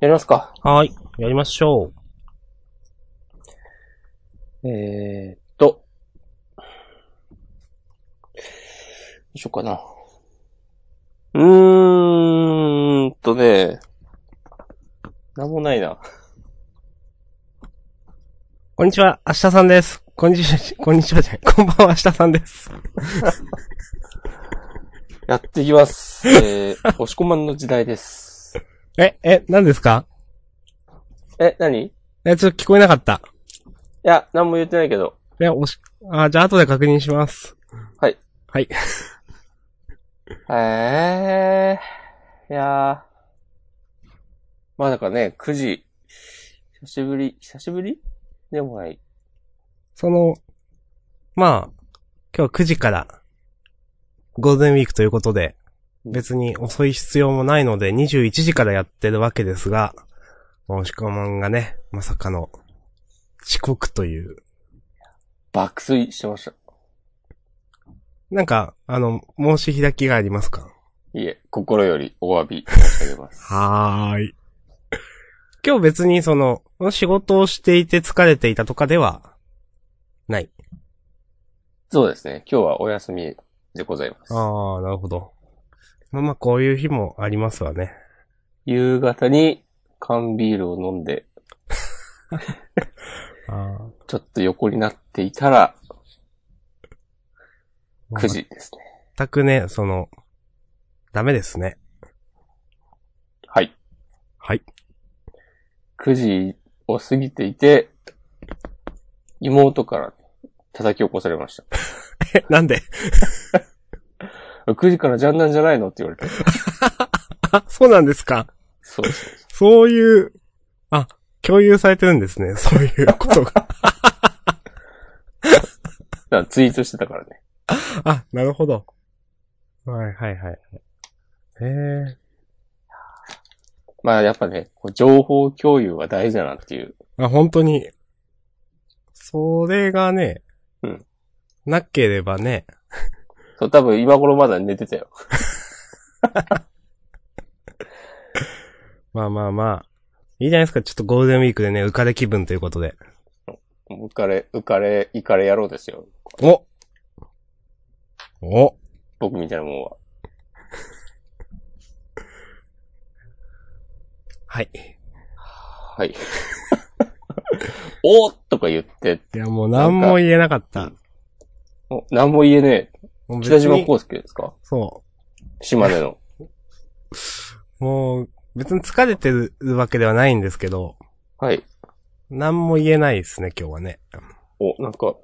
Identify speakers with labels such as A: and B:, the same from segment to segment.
A: やりますか。
B: はーい。やりましょ
A: えー、っと。どうしようかな。うーんとね。なんもないな。
B: う。こんにちは、明日さんです。こんにちは、 こんにちはじゃない。こんばんは、明日さんです。
A: やっていきます。えー、押し込まんの時代です。
B: え、え、何ですか
A: え、何い
B: え、ちょっと聞こえなかった。
A: や、なんも言ってないけど。
B: え、おし、あ、じゃあ後で確認します。
A: はい。
B: はい。
A: えー、いやー。まあだからね、9時。久しぶり、久しぶりでもない。
B: その、まあ、今日9時から、ゴールデンウィークということで、別に遅い必要もないので、21時からやってるわけですが、押し込まんがね、まさかの、遅刻という。
A: 爆睡してました。
B: なんか、あの、申し開きがありますか
A: いえ、心よりお詫び申し上げます。
B: はーい。今日別にその、仕事をしていて疲れていたとかでは、ない。
A: そうですね。今日はお休みでございます。
B: ああ、なるほど。まあまあ、こういう日もありますわね。
A: 夕方に缶ビールを飲んで、
B: あ
A: ちょっと横になっていたら、9。時ですね。
B: 全くね、その、ダメですね。
A: はい。
B: はい。
A: 9時を過ぎていて、妹から叩き起こされました。
B: え、なんで
A: 9時からジャンなんじゃないのって言われて。
B: あ、そうなんですか。
A: そうです。
B: そういう、あ、共有されてるんですね。 そういうことが。
A: だからツイートしてたからね。
B: あ、なるほど。はいはいはい。へえ。
A: まあやっぱね、こう情報共有は大事だなっていう。
B: あ、本当に。それがね、
A: うん。
B: なければね、
A: そう、多分今頃まだ寝てたよ。
B: まあまあまあ、いいじゃないですか。ちょっとゴールデンウィークでね、浮かれ気分ということで。
A: 浮かれ、浮かれ、イカれ野郎ですよ。
B: おお
A: 僕みたいなもんは。
B: はい。
A: はい。おーとか言って、
B: いや、もう何も言えなかった。
A: お何も言えねえ。
B: もう別
A: 北
B: に
A: 島康介ですか
B: そ
A: 島根の。
B: う。もう、別に疲れてるわけではないんですけど、
A: はい。
B: 何も言えないですね、今日はね。
A: お、なんか、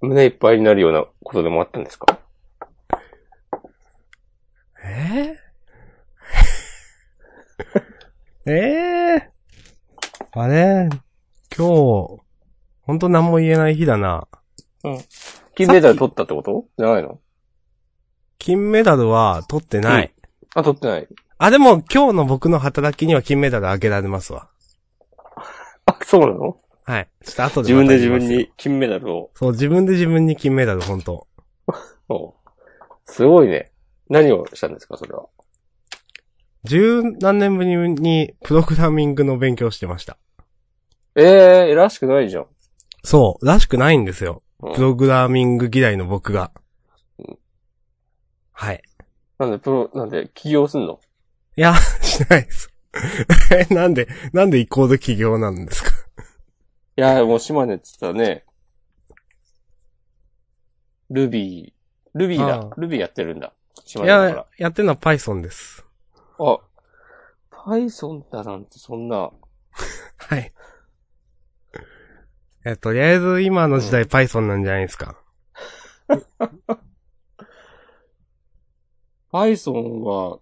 A: 胸いっぱいになるようなことでもあったんですか
B: えー、 えー、あれ今日、ほんと何も言えない日だな。
A: 金メダル取ったってことじゃないの
B: 金メダルは取ってない。
A: あ、取ってない。
B: あ、でも今日の僕の働きには金メダルあげられますわ。
A: あ、そうなの
B: はい。ちょっと後で
A: 自分で自
B: また言います
A: 分に金メダルを。
B: そう、自分で自分に金メダル、本当
A: おすごいね。何をしたんですか、それは。
B: 十何年ぶりにプログラミングの勉強してました。
A: えー、らしくないじゃん。
B: そう、らしくないんですよ。
A: うん
B: プログラミング嫌いの僕が
A: うん。
B: はい。
A: なんで、プロ、なんで、起業すんの
B: いや、 しないです。えなんで、なんでイコール起業なんですか
A: いや、もう島根って言ったらね、ルビー、ルビー
B: あ
A: だ
B: あ。
A: ルビーやってるんだ。島
B: い
A: 根だか
B: や、やってるのは Python です。
A: ら。あ、Python だなんてそんな、
B: はい。え、とりあえず今の時代 Python なんじゃないですか。
A: Python は、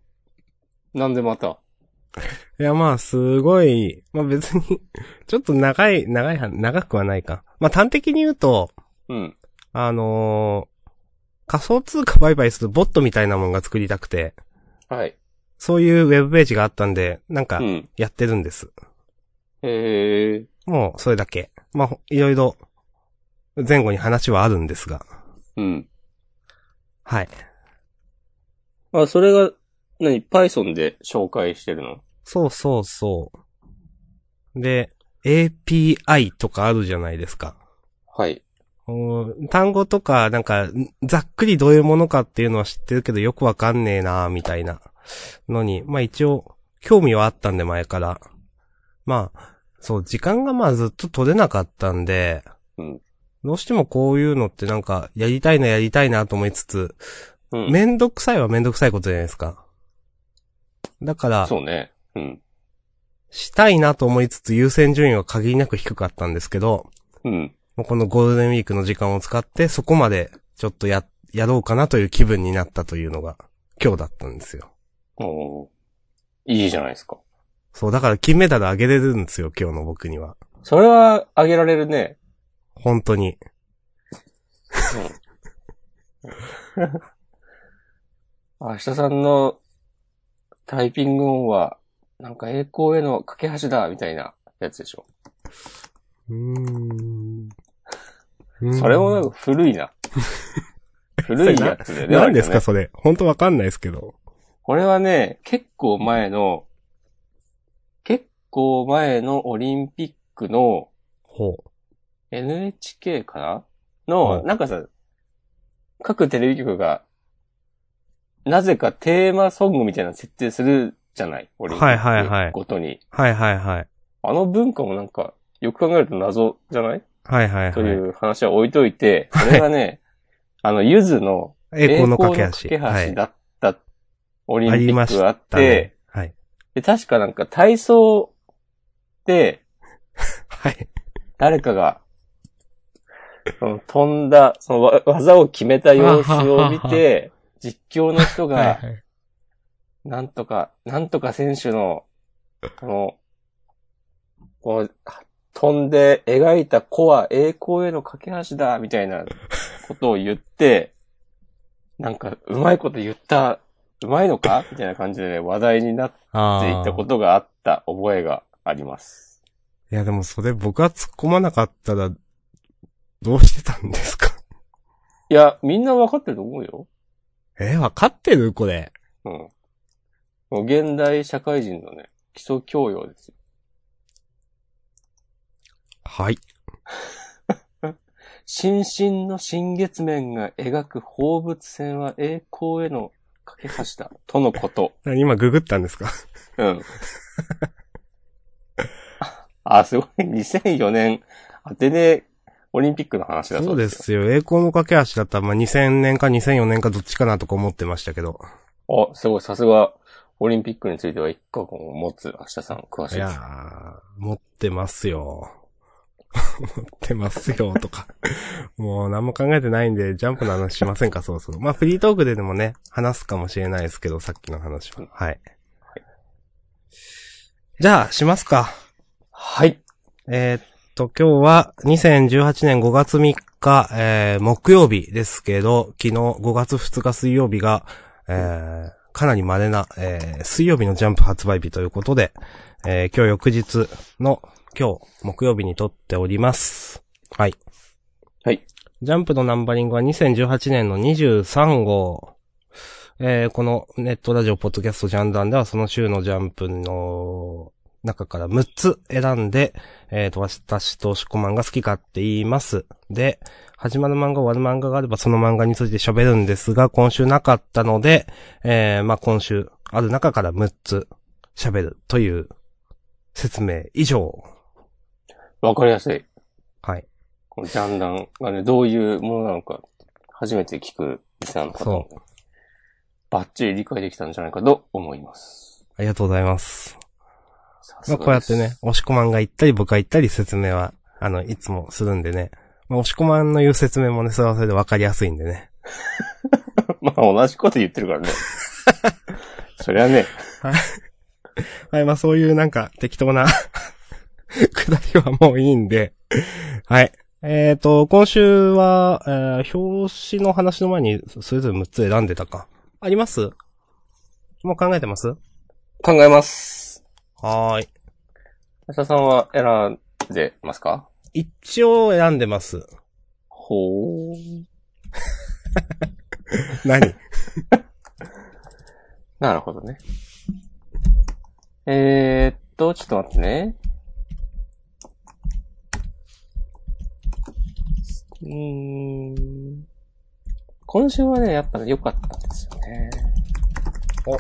A: なんでまた。
B: いや、まあ、すごい、まあ別に、 ちょっと長い、長いは、長くはないか。まあ端的に言うと、
A: うん。
B: あのー仮想通貨売買するボットみたいなもんが作りたくて、
A: はい。
B: そういうウェブページがあったんで、なんか
A: う、ん。
B: やってるんです。
A: へえ。
B: もう、それだけ。まあ、ほいろいろ、前後に話はあるんですが。
A: うん。
B: はい。
A: あ、それが、何 ?Python で紹介してるの
B: そうそうそう。で、API とかあるじゃないですか。
A: はい。
B: お単語とか、なんか、んざっくりどういうものかっていうのは知ってるけど、よくわかんねえなみたいなのに、まあ一応、興味はあったんで、前から。まあ、そう、時間がまあずっと取れなかったんで、
A: うん
B: どうしてもこういうのってなんか、やりたいな、やりたいなと思いつつ、
A: うん。
B: めんどくさいはめんどくさいことじゃないですか。だから、
A: そうね。うん。
B: したいなと思いつつ優先順位は限りなく低かったんですけど、
A: うん。
B: もうこのゴールデンウィークの時間を使って、そこまでちょっとや、やろうかなという気分になったというのが、今日だったんですよ。
A: おーいいじゃないですか。
B: そう、だから金メダルあげれるんですよ、今日の僕には。
A: それは、あげられるね。
B: 本当に。
A: うん。明日さんのタイピング音は、なんか栄光への架け橋だ、みたいなやつでしょ。
B: うーん。
A: それもなんか古い な。古いやつでね。
B: 何ですか、
A: 割とね
B: それ。本当わかんないですけど。
A: これはね、結構前の、結構前のオリンピックの
B: ほ
A: NHK かな
B: は
A: の、
B: い
A: なんかさ、各テレビ局が、なぜかテーマソングみたいなの設定するじゃないオリンピ
B: はいはいは
A: ッ
B: い
A: クごとに。
B: う。はいはいはい。
A: あの文化もなんか、よく考えると謎じゃない
B: はいはい
A: と
B: はい
A: い。う話は置いといて、それがね、 あの、ゆずの
B: 栄光の架
A: 栄光の架
B: け橋。は
A: け
B: い
A: 橋。だったオリンピ
B: ありま
A: ッ
B: し
A: クがあって、
B: だねはい。
A: で、確かなんか体操で
B: はい。
A: 誰かが、その飛んだ、そのわ技を決めた様子を見 て、実況の人
B: はい
A: が、
B: はい。
A: なんとか、なんとか選手の、この、この、飛んで描いたコア栄光への架け橋だ、みたいなことを言って、なんか、うまいこと言った、うまいのかみたいな感じでね、話題になって
B: あ
A: い
B: ー
A: ったことがあった覚えがあります。
B: いや、でもそれ僕は突っ込まなかったら、どうしてたんですか
A: いや、みんな分かってると思うよ。
B: え、わかってるこれ。
A: うん。もう現代社会人のね、基礎教養ですよ。
B: はい。
A: 新進の新月面が描く放物線は栄光への架け橋だ。とのこと。
B: な今ググったんですか
A: うん。 あ、あすごい。2004年、アテネオリンピックの話だ
B: そ
A: そう
B: う
A: で。
B: ですすよ。栄光の架け橋だったら、まあ、2000年か2004年かどっちかなとか思ってましたけど。
A: あ、すごい。さすが、オリンピックについては一個を持つ明日さん、詳しい
B: い
A: で
B: や
A: す。
B: ー、持ってますよ。 持ってますよ、とか。もう何も考えてないんで、ジャンプの話しませんか、そろそろ。まあ、フリートークででもね、話すかもしれないですけど、さっきの話は。はい。じゃあ、しますか。
A: はい。
B: えーっと、今日は2018年5月3日、えー、木曜日ですけど、昨日5月2日水曜日が、えー、かなり稀な、えー、水曜日のジャンプ発売日ということで、えー、今日翌日の今日、木曜日に撮っております。はい。
A: はい。
B: ジャンプのナンバリングは2018年の23号。えー、このネットラジオ、ポッドキャスト、ジャンダンではその週のジャンプの中から6つ選んで、えっ、と、私としこまんが好きかって言います。で、始まる漫画、終わる漫画があればその漫画について喋るんですが、今週なかったので、えー、まあ、今週ある中から6つ喋るという説明以上。
A: わかりやすい。
B: はい。
A: このジャンダンがね、どういうものなのか、初めて聞くリスナーの方も、バッチリ理解できたんじゃないかと思います。
B: ありがとうございます。
A: さす
B: まあ、
A: が
B: こうや
A: で
B: って
A: す
B: ね、。押しこまんが言ったり僕が言ったり説明は、あの、いつもするんでね。まあ、押しこまんの言う説明もね、それはそれでわかりやすいんでね。
A: まあ同じこと言ってるから ね。そりゃね、
B: はい、まあそういうなんか適当な くだりはもういいんで。はい。えっ、と、今週は、えー表紙の話の前にそれぞれ6つ選んでたか。ありますもう考えてます
A: 考えます。
B: はーい。
A: 安田さんは選んでますか
B: 一応選んでます。
A: ほー。
B: 何
A: なるほどね。えー、っと、ちょっと待ってね。うーん。今週はね、やっぱね良かったんですよね。
B: お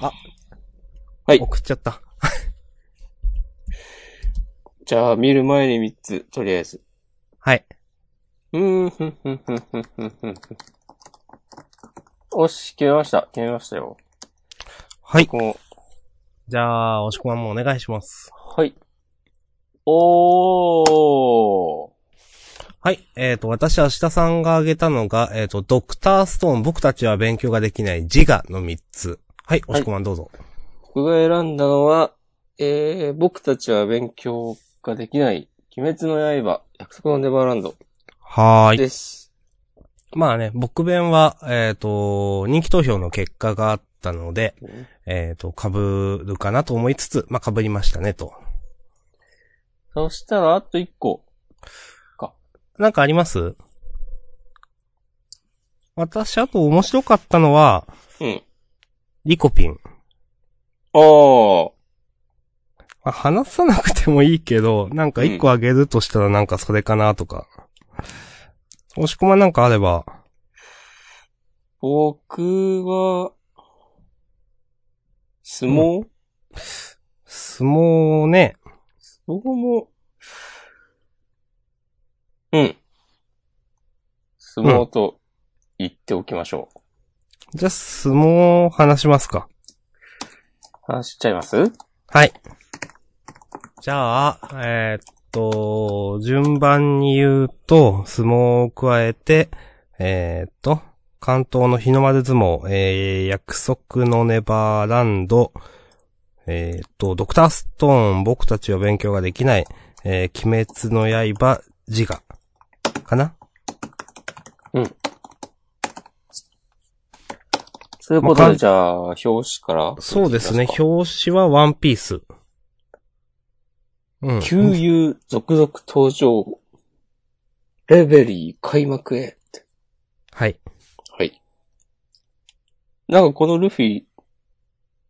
B: あ。
A: はい。
B: 送っちゃった。
A: じゃあ、見る前に3つ、とりあえず。
B: はい。
A: うーん、ふんふんふんふんふんふんふん。おし、決めました。決めましたよ。
B: はい。
A: こう、
B: じゃあ、押し込まんもお願いします。
A: はい。おー。
B: はい。えっ、と、私、明日さんが挙げたのが、えっ、と、ドクターストーン、僕たちは勉強ができない自我の3つ。はい、押し込まんどうぞ。
A: 僕が選んだのは、えー、僕たちは勉強ができない、鬼滅の刃、約束のネバーランド
B: はーい。
A: です。
B: まあね、僕弁は、えっ、と、人気投票の結果があったので、えっ、と、被るかなと思いつつ、まあ、被りましたね、と。
A: そしたら、あと1個。
B: なんかあります私、あと面白かったのは、
A: うん。
B: リコピン。
A: おー。
B: まあ話さなくてもいいけど、なんか一個あげるとしたらなんかそれかなとか。押し込まなんかあれば。
A: 僕は、相撲、
B: 相撲ね。
A: 僕も、うん。相撲と言っておきましょう。
B: じゃあ相撲話しますか。
A: 話しちゃいます
B: はい。じゃあ、えーっと、順番に言うと、相撲を加えて、えーっと、関東の日の丸相撲、えー、約束のネバーランド、えーっと、ドクターストーン、僕たちは勉強ができない、えー、鬼滅の刃、自我、かな
A: そういうことで、じゃあ、表紙から。
B: そうですね
A: いきま、か
B: 表紙はワンピース。うん。
A: 旧友続々登場。レベリー開幕へ。
B: はい。
A: はい。なんかこのルフィ、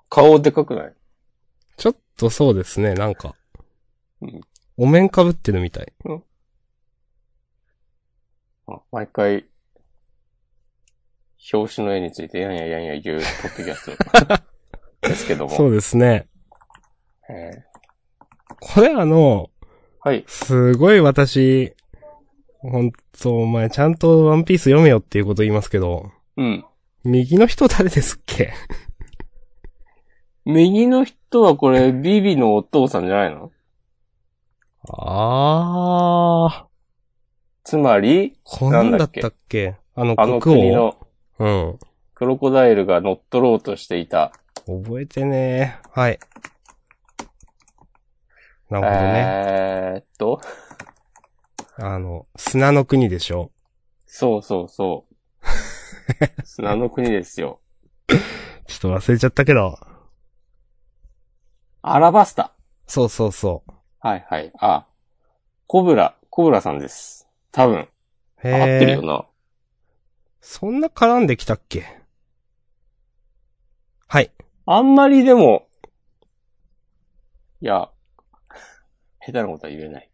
A: 顔でかくない
B: ちょっとそうですね、なんか。
A: うん
B: お面かぶってるみたい。
A: あ毎回、表紙の絵についてやんややんや言うポッドキャストですけども。
B: そうですね。
A: え
B: これあの、
A: ーはい。
B: すごい私、ほんと、お前ちゃんとワンピース読めよっていうこと言いますけど、
A: うん。
B: 右の人誰ですっけ
A: 右の人はこれ、ビビのお父さんじゃないの
B: あー。
A: つまり、
B: こんなんだ
A: なんだ
B: っ
A: っけ
B: たっけあの
A: あの
B: 国
A: 国
B: 王。
A: の
B: うん。
A: クロコダイルが乗っ取ろうとしていた。
B: 覚えてねー。はい。なるほどね。
A: えーっと、
B: あの、砂の国でしょ。
A: そうそう そう。砂の国ですよ。
B: ちょっと忘れちゃったけど。
A: アラバスタ。
B: そうそうそう。
A: はいはい。あ、コブラ、コブラさんです。多分、
B: へ
A: 合
B: ー
A: ってるよな。
B: そんな絡んできたっけはい。
A: あんまりでも、いや、下手なことは言えない。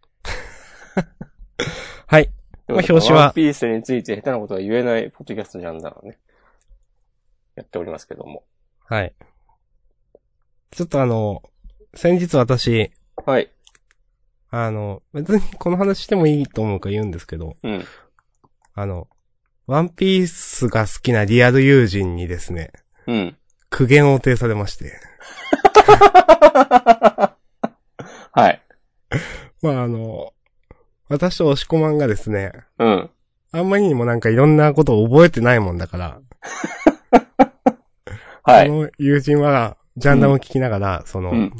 B: はい。
A: で
B: まあ表紙は
A: ワンピースについて下手なことは言えないポッドキャストジャンルなのね。やっておりますけども。
B: はい。ちょっとあの、先日私、
A: はい。
B: あの、別にこの話してもいいと思うから言うんですけど、
A: うん。
B: あの、ワンピースが好きなリアル友人にですね、
A: うん。
B: 苦言を呈されまして。
A: はい。
B: まああの、私と押し込まんがですね、
A: うん。
B: あんまりにもなんかいろんなことを覚えてないもんだから、
A: は
B: こ
A: い。
B: の友人は、ジャンダンを聞きながら、その、
A: うん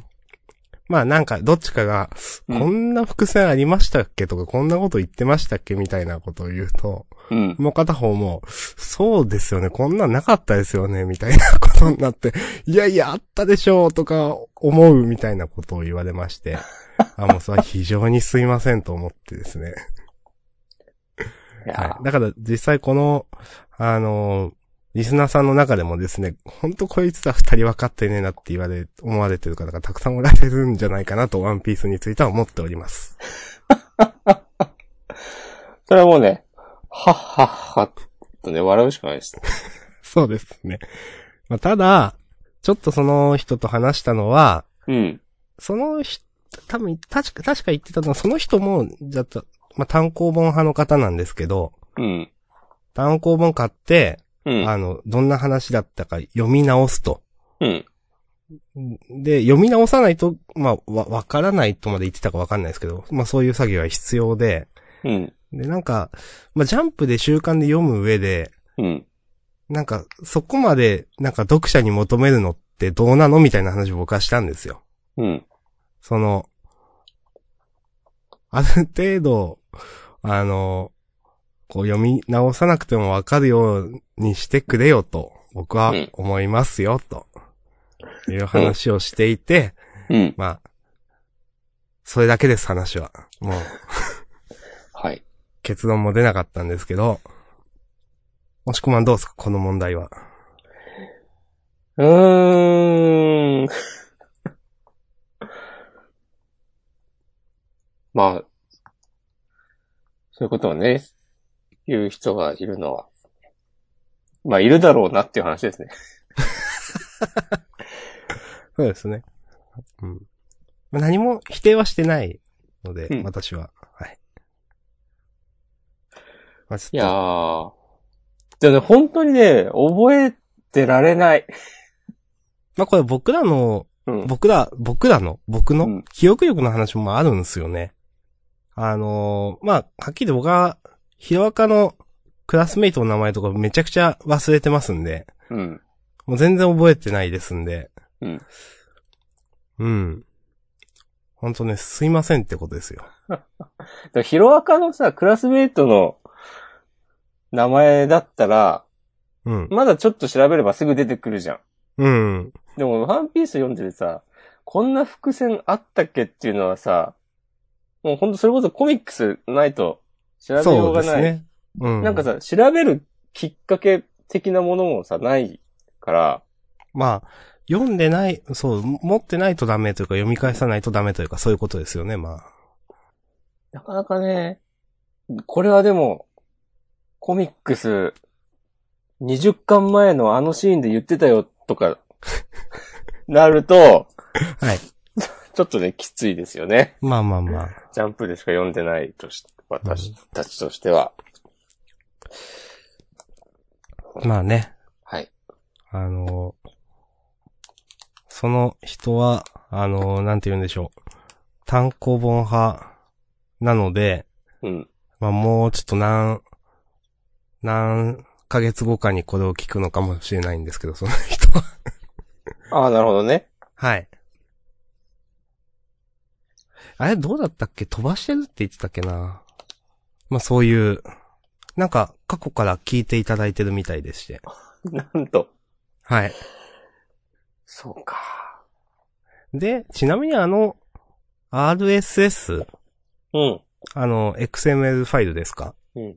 B: まあなんか、どっちかが、
A: うん
B: こんな伏線ありましたっけとか、こんなこと言ってましたっけみたいなことを言うと、
A: うん。
B: もう片方も、そうですよね、こんなんなかったですよね、みたいなことになって、いやいや、あったでしょう、とか、思う、みたいなことを言われまして、あ、もうそれは非常にすいませんと思ってですね。
A: いや
B: はい。だから、実際この、あのーリスナーさんの中でもですね、ほんとこいつら二人分かってねえなって言われ、思われてる方がたくさんおられるんじゃないかなと、ワンピースについては思っております。
A: それはもうね、はっはっは、とね、笑うしかないです。
B: そうですね。まあ、ただ、ちょっとその人と話したのは、
A: うん。
B: その人、多分、確か、確か言ってたのは、その人も、じゃあ、まあ、単行本派の方なんですけど、
A: うん。
B: 単行本買って、
A: うん。
B: あの、どんな話だったか読み直すと。
A: うん。
B: で、読み直さないと、まあ、わ、わからないとまで言ってたかわかんないですけど、まあそういう作業は必要で、
A: うん。
B: で、なんか、まあジャンプで習慣で読む上で、
A: うん。
B: なんか、そこまで、なんか読者に求めるのってどうなのみたいな話を僕はしたんですよ。
A: うん。
B: その、ある程度、あの、こう読み直さなくてもわかるようにしてくれよと、僕は思いますよ、という話をしていて、
A: うん。
B: まあ、それだけです、話は。もう、
A: はい。
B: 結論も出なかったんですけど、もしこまんどうですかこの問題は。
A: うーん。 まあ、そういうことをね、言う人がいるのは、まあ、いるだろうなっていう話ですね。
B: そうですね。うん。まあ、何も否定はしてないので、
A: うん
B: 私は。はい。まあ、ち
A: い
B: ょっ
A: や
B: と、
A: ー。でね、本当にね、覚えてられない。
B: まあ、これ僕らの、
A: うん。
B: 僕ら、僕らの、僕
A: う
B: の
A: ん
B: 記憶力の話もあるんですよね。あのーまあ、はっきり僕は、ヒロアカのクラスメイトの名前とかめちゃくちゃ忘れてますんで、
A: うん。
B: もう全然覚えてないですんで。
A: うん。
B: うん。ほんとね、すいませんってことですよ。
A: でもヒロアカのさ、クラスメイトの名前だったら、
B: うん。
A: まだちょっと調べればすぐ出てくるじゃん。
B: うん。
A: でも、ワンピース読んでてさ、こんな伏線あったっけっていうのはさ、もうほんとそれこそコミックスないと調べよ
B: そうう
A: が
B: で
A: な
B: す
A: い。
B: ね。うん。
A: なんか、さ、調べるきっかけ的なものもさ、ないから、
B: まあ、読んでない、そう、持ってないとダメというか、読み返さないとダメというか、そういうことですよね、まあ。
A: なかなかね、これはでも、コミックス20巻前のあのシーンで言ってたよと か、なると、
B: はい。
A: ちょっとね、きついですよね。
B: まあまあまあ。
A: ジャンプでしか読んでないとし、私たちとしては。
B: まあね。
A: はい。
B: あのーその人は、あのーなんて言うんでしょう。単行本派なので、
A: うん。
B: まあもうちょっと何、何ヶ月後かにこれを聞くのかもしれないんですけど、その人は。
A: ああ、なるほどね。
B: はい。あれ、どうだったっけ飛ばしてるって言ってたっけなまあそういう、なんか過去から聞いていただいてるみたいでして。
A: なんと。
B: はい。
A: そうか。
B: で、ちなみにあの、RSS、
A: うん。
B: あの、XML ファイルですか
A: うん。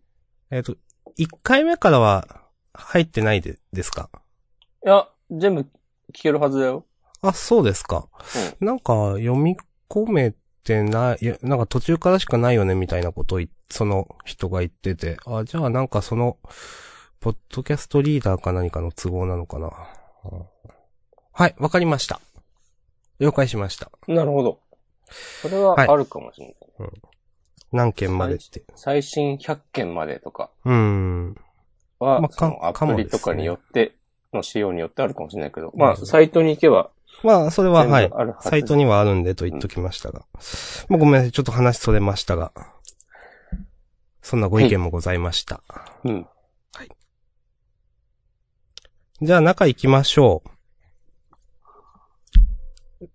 B: えっ、と、1回目からは入ってないで、ですか
A: いや、全部聞けるはずだよ。
B: あ、そうですか。なんか、読み込めてない、いやなんか途中からしかないよね、みたいなことをい、その人が言ってて。あ、じゃあなんかその、ポッドキャストリーダーか何かの都合なのかな。うんはい、わかりました。了解しました。
A: なるほど。それはあるかもしれない。
B: 何件までって。
A: 最新100件までとか
B: うーん。
A: は、
B: まあ
A: そ
B: か
A: のア
B: かも
A: プ
B: です
A: リと
B: ね
A: かによって、の仕様によってあるかもしれないけど、ま
B: う
A: あ、
B: ん
A: サイトに行けば、
B: まあ、それは、
A: 全部あ
B: はい。
A: るはず。
B: サイトにはあるんでと言っときましたが。まあ、ごめんなさい。ちょっと話それましたが。そんなご意見もございました。
A: うん。
B: じゃあ中行きましょう。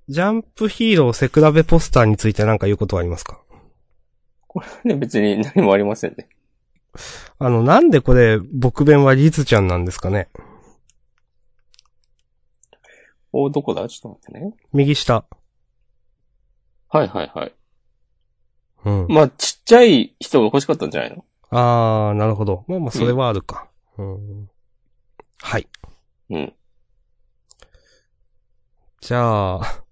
B: ジャンプヒーローセクラベポスターについて何か言うことはありますか
A: ね、別に何もありませんね。
B: あの、なんでこれ、僕弁はリズちゃんなんですかね
A: お、どこだちょっと待ってね。
B: 右下。
A: はいはいはい。
B: うん。
A: まあ、ちっちゃい人が欲しかったんじゃないの
B: あー、なるほど。まあまあ、それはあるか。うん。はい。
A: うん。
B: じゃあ、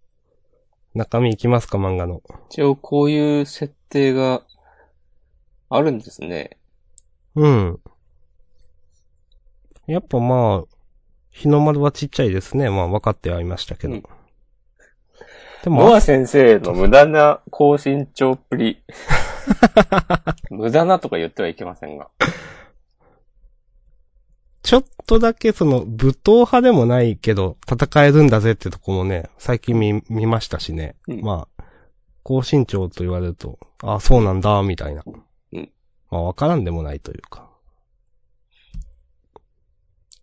B: 中身いきますか、漫画の。
A: 一応こういう設定があるんですね。
B: うん。やっぱまあ、日の丸はちっちゃいですね。まあ、分かってはいましたけど。
A: うん
B: で
A: ノ
B: も、
A: ア先生の無駄な高身長っぷ り。無駄なとか言ってはいけませんが。
B: ちょっとだけその、武闘派でもないけど、戦えるんだぜってとこもね、最近見、見ましたしね。
A: うん
B: まあ、高身長と言われると、ああ、そうなんだ、みたいな。
A: うん
B: まあ、わからんでもないというか。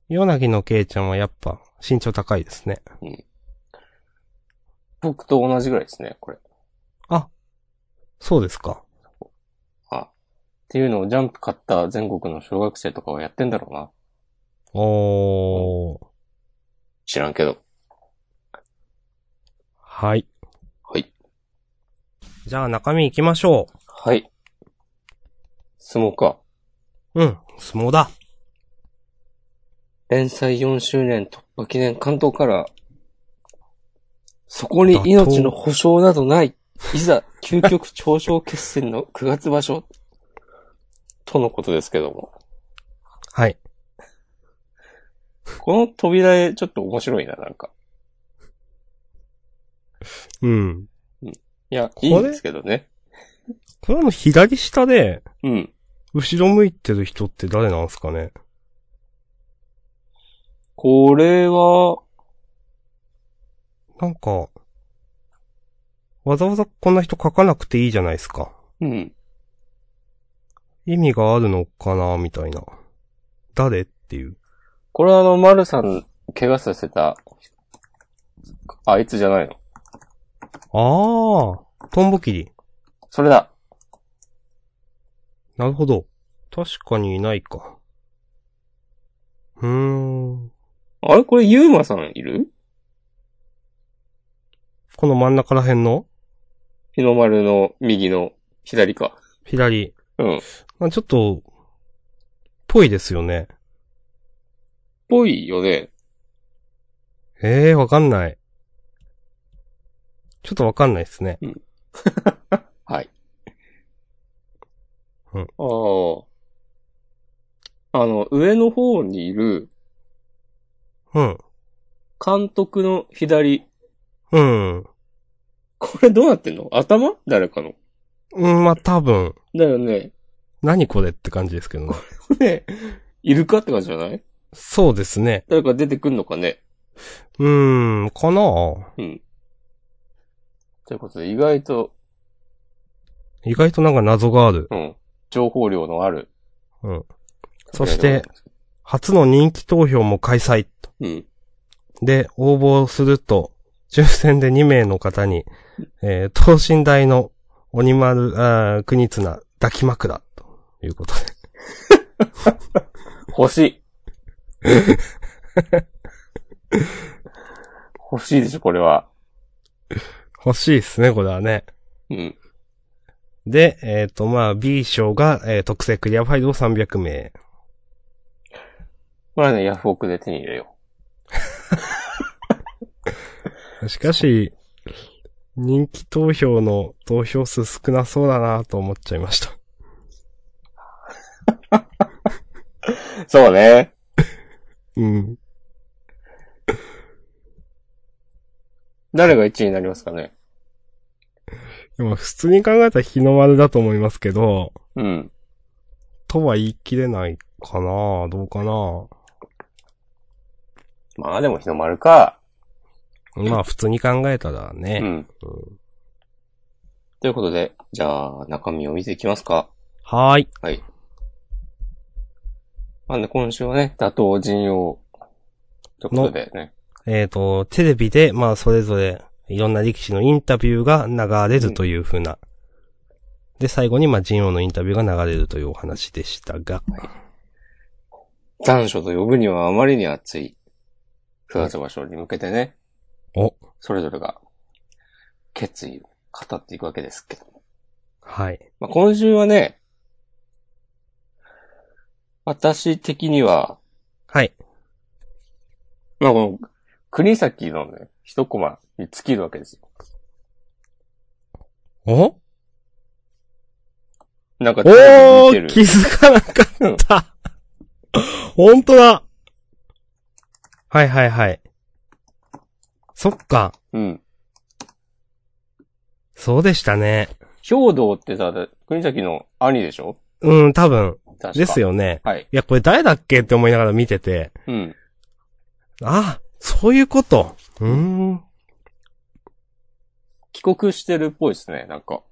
B: ヨナギのケイちゃんはやっぱ、身長高いですね。
A: 僕と同じぐらいですね、これ。っ
B: そうですか。
A: ていうのをジャンプ買った全国の小学生とかはやってんだろうな。
B: おー。
A: 知らんけど。
B: はい。
A: はい。
B: じゃあ中身行きましょ
A: はい。相撲か。
B: う。うん。相撲だ。
A: 連載4周年突破記念関東から、そこに命の保証などない。いざ、究極頂上決戦の9月場所。とのことですけども。
B: はい。
A: この扉絵ちょっと面白いな、なんか。
B: うん。
A: いや、
B: れ
A: いいんですけどね。
B: これあの左下で、
A: うん。
B: 後ろ向いてる人って誰なんですかね
A: これは、
B: なんか、わざわざこんな人書かなくていいじゃないですか。
A: うん。
B: 意味があるのかなみたいな。誰っていう。
A: これはあの、丸さん、怪我させた、あいつじゃないの。
B: ああ、トンボ切り。
A: それだ。
B: なるほど。確かにいないか。うーん。
A: あれこれ、ユーマさんいる
B: この真ん中ら辺の
A: 日の丸の右の左か。
B: 左。
A: うん。
B: まあ、ちょっと、ぽいですよね。
A: ぽいよね。
B: ええー、わかんない。ちょっとわかんないですね。
A: はい。
B: うん
A: ああ。あの、上の方にいる
B: うん。
A: 監督の左。
B: うん。
A: これどうなってんの頭誰かの。
B: うん、まあ、多分、
A: だよね。
B: 何これって感じですけどね。
A: これ、いるかって感じじゃない
B: そうですね。
A: 誰か出てくんのかね。
B: うーん、かなあ
A: うん。ということで、意外と、
B: 意外となんか謎がある。
A: うん。情報量のある。
B: うん。そして、初の人気投票も開催。
A: うん。
B: で、応募すると、抽選で2名の方に、えー、等身大の鬼丸、あー国綱抱き枕、ということで。
A: 欲しい。欲しいでしょ、これは。
B: 欲しいですね、これはね。
A: うん。
B: で、えっ、と、まあ、B 賞が、えー特製クリアファイルを300名。
A: これはね、ヤフオクで手に入れよ
B: しかし、人気投票の投票数少なそうだなと思っちゃいました。
A: う。そうね。
B: うん。
A: 誰が1位になりますかね。
B: でも、普通に考えたら日の丸だと思いますけど、
A: うん。
B: とは言い切れないかなどうかな
A: まあでも日の丸か。
B: まあ、普通に考えたら
A: う
B: ね。
A: ん。ということで、じゃあ、中身を見ていきますか。
B: はーい。
A: なんで今週はね、打倒陣容。ということでね。
B: えっ、と、テレビで、まあ、それぞれ、いろんな力士のインタビューが流れるというふうな。で、最後に、まあ、ジンオウのインタビューが流れるというお話でしたが。
A: 残暑と呼ぶにはあまりに暑い。9月場所に向けてね。
B: お。
A: それぞれが、決意を語っていくわけですけど。
B: はい。
A: まあ、今週はね、私的には、
B: はい。
A: まあ、この、国崎のね、一コマに尽きるわけですよ。
B: お
A: なんか、見
B: お
A: て
B: ー
A: る
B: 気。づかなかった。ほんとだ。はいはいはい。そっか。
A: うん。
B: そうでしたね。
A: 兵道ってさ、国崎の兄でしょ
B: うん、多分。
A: 確か
B: です。よね。
A: はい。
B: いや、これ誰だっけって思いながら見てて。
A: うん。
B: あ、そういうこと。うーん。
A: 帰国してるっぽいですね、なんか。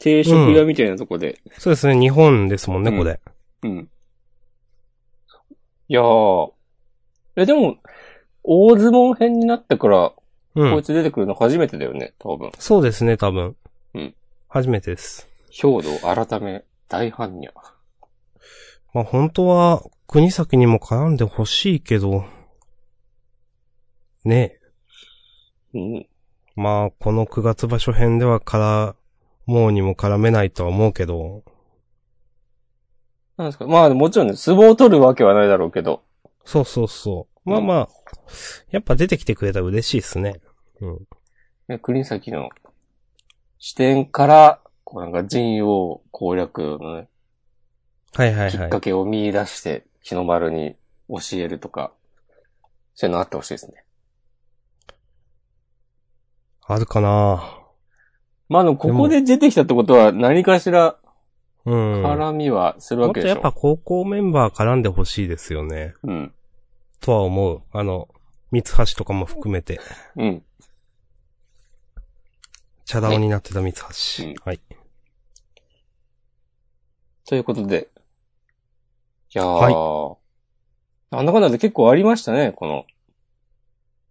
A: 定食屋みたいなとこで。
B: そうですね。日本ですもんね、これ。
A: うん。いやー。え、でも、大相撲編になってから、
B: うん。
A: こいつ出てくるの初めてだよね、多分。
B: そうですね、多分。
A: うん
B: 初めてです。
A: 兵道改め、大般若。
B: まあ本当は、国崎にも絡んでほしいけど、ね
A: う
B: え
A: ん。
B: まあ、この9月場所編ではから、もうにも絡めないとは思うけど、
A: なんですかまあ、もちろんね、相撲を取るわけはないだろうけど。
B: そうそうそう。まあまあ、やっぱ出てきてくれたら嬉しいですね。うん。
A: ね国崎の視点から、こうなんか陣を攻略のね、
B: はいはい
A: き
B: は
A: っ
B: い
A: か。けを見出して、日の丸に教えるとか、そういうのあってほしいですね。
B: あるかな
A: まあ、あの、ここで出てきたってことは、何かしら
B: うん。
A: 絡みはする
B: も
A: わ
B: っ
A: け
B: と
A: でし
B: や
A: ょ。
B: っぱ高校メンバー絡んでほしいですよね。
A: うん。
B: とは思う。あの、三橋とかも含めて。
A: うん。
B: 茶ダ
A: は
B: オ
A: い
B: になってた
A: う
B: 三
A: ん
B: 橋。はい。
A: ということで。いやー。
B: は
A: なんだかんだで結構ありましたね、この。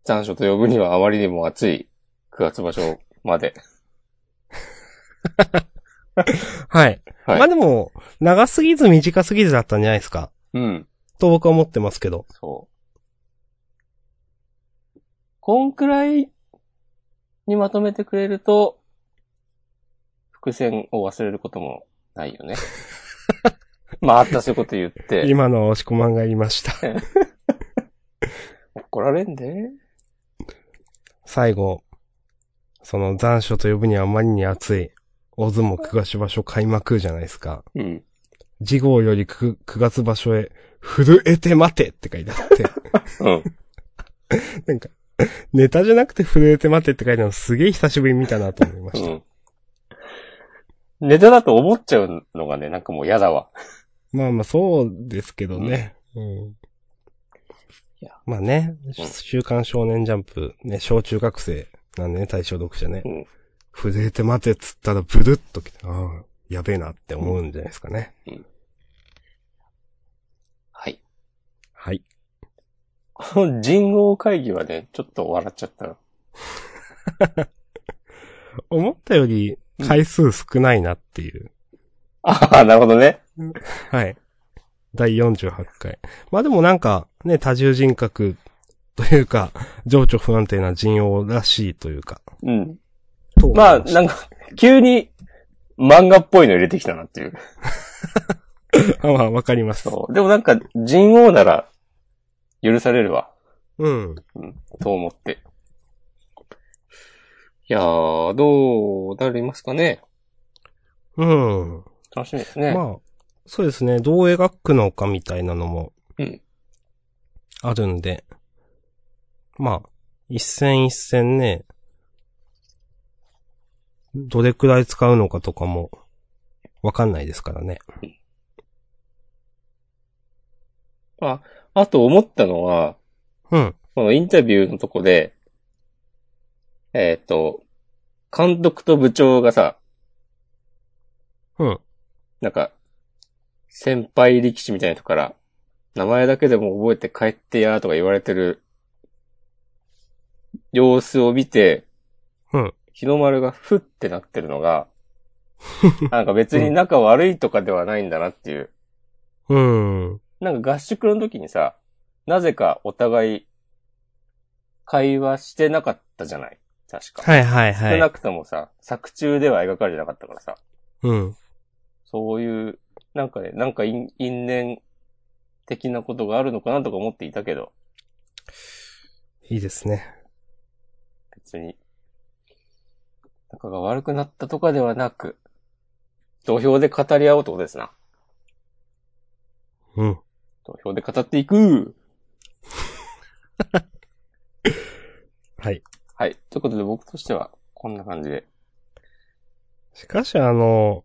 A: 残暑と呼ぶにはあまりにも暑い9月場所まで。
B: はい。
A: はい
B: まあでも、長すぎず短すぎずだったんじゃないですか。
A: うん。
B: と僕は思ってますけど。
A: そう。こんくらいにまとめてくれると、伏線を忘れることもない よね。まあ、あったそういうこと言って、
B: 今の押し込まんが言いました。
A: 怒られんで。
B: 最後、その残暑と呼ぶにはあまりに暑い、大相撲九月場所開幕じゃないですか。
A: うん。
B: 次号より九九月場所へ、震えて待てって書いてあ って、
A: うん。
B: なんか、ネタじゃなくて震えて待てって書いてあるのすげえ久しぶりに見たなと思いま
A: う
B: した。
A: ん。ネタだと思っちゃうのがね、なんかもう嫌だわ。
B: まあまあそうですけどね。うん
A: いや
B: まあね
A: うん、
B: 週刊少年ジャンプ、ね、小中学生なんでね、対象読者ね。
A: うん
B: 震えて待てっつったらブルッときて、ああ、やべえなって思うんじゃないですかね。
A: はい。
B: はい。
A: この人王会議はね、ちょっと笑っちゃったな。
B: 思ったより回数少ないなっていう。
A: ああ、なるほどね。
B: はい。第48回。まあでもなんか、ね、多重人格というか、情緒不安定な人王らしいというか。
A: うん。
B: と思い
A: まあ、
B: し
A: な
B: た
A: んか、急に漫画っぽいの入れてきたなっていう。
B: あまあ、わかります。
A: そう。でもなんか、人王なら許されるわ。
B: うん。
A: と思って。いやー、どうなりますかね。
B: うん。
A: 楽しみですね。
B: まあ、そうですね。どう描くのかみたいなのも
A: うん。
B: あるんで。まあ、一戦一戦ね、どれくらい使うのかとかも、わかんないですからね。
A: あと思ったのは、
B: うん。
A: このインタビューのとこで、えっ、と、監督と部長がさ、
B: うん。
A: なんか、先輩力士みたいな人から、名前だけでも覚えて帰ってやーとか言われてる、様子を見て、
B: うん
A: 日の丸がふってなってるの が、なんか別に仲悪いとかではないんだなっていう。
B: うん。
A: なんか合宿の時にさ、なぜかお互い、会話してなかったじゃない確か。
B: はいはい
A: 少
B: は。
A: ないくともさ、作中では描かれてなかったからさ。
B: うん。
A: そういう、なんかね、なんか因因縁的なことがあるのかなとか思っていたけど。
B: いいですね。
A: 別に。仲が悪くなったとかではなく、土俵で語り合おうってことですな。
B: うん。
A: 土俵で語っていく
B: はい。
A: はい。ということで僕としては、こんな感じで。
B: しかし、あの、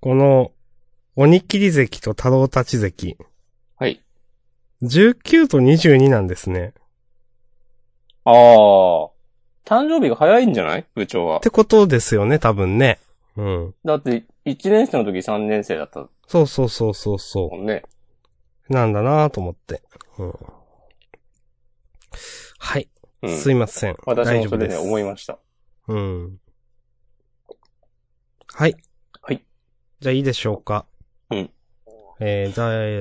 B: この、鬼切り関と太郎立ち関、
A: はい。
B: 19と22なんですね。
A: あー。誕生日が早いんじゃない部長は
B: っ。てことですよね、多分ね。うん。
A: だって、1年生の時3年生だった
B: そうそうそうそうそう。
A: もんね。
B: なんだなぁと思って。うん。はい。
A: うん。
B: すいません。
A: 私
B: 大
A: も
B: 丈
A: そ
B: 夫
A: れ
B: で。
A: です思いました。
B: うん。はい。
A: はい。
B: じゃあいいでしょうか。
A: うん。
B: えー、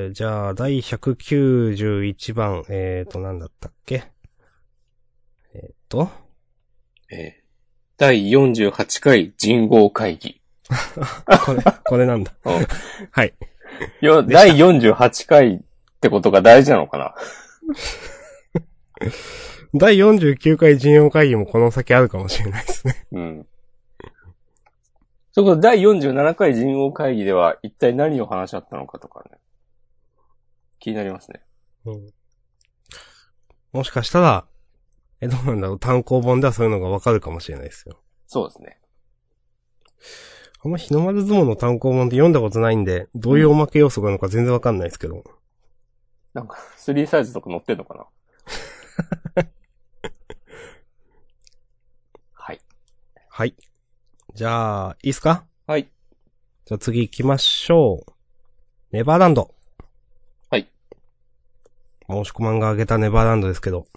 B: だい、じゃあ、第191番、えーと、なんだったっけえーと、
A: えー第48回人号会議。
B: これ、 これなんだ。
A: うん
B: はい。
A: いや、 第48回ってことが大事なのかな
B: 第49回人用会議もこの先あるかもしれないですね。
A: うん。それこそ第47回人王会議では一体何を話し合ったのかとかね。気になりますね。
B: うん。もしかしたら、え、どうなんだろう。単行本ではそういうのがわかるかもしれないですよ。
A: そうですね。
B: あんま日の丸相撲の単行本って読んだことないんで、どういうおまけ要素があるのか全然わかんないですけど。
A: なんか、3サイズとか載ってんのかな はい。
B: はい。じゃあ、いいっすか
A: はい。
B: じゃあ次行きましょう。ネバーランド。
A: はい。
B: 申し込まんが挙げたネバーランドですけど。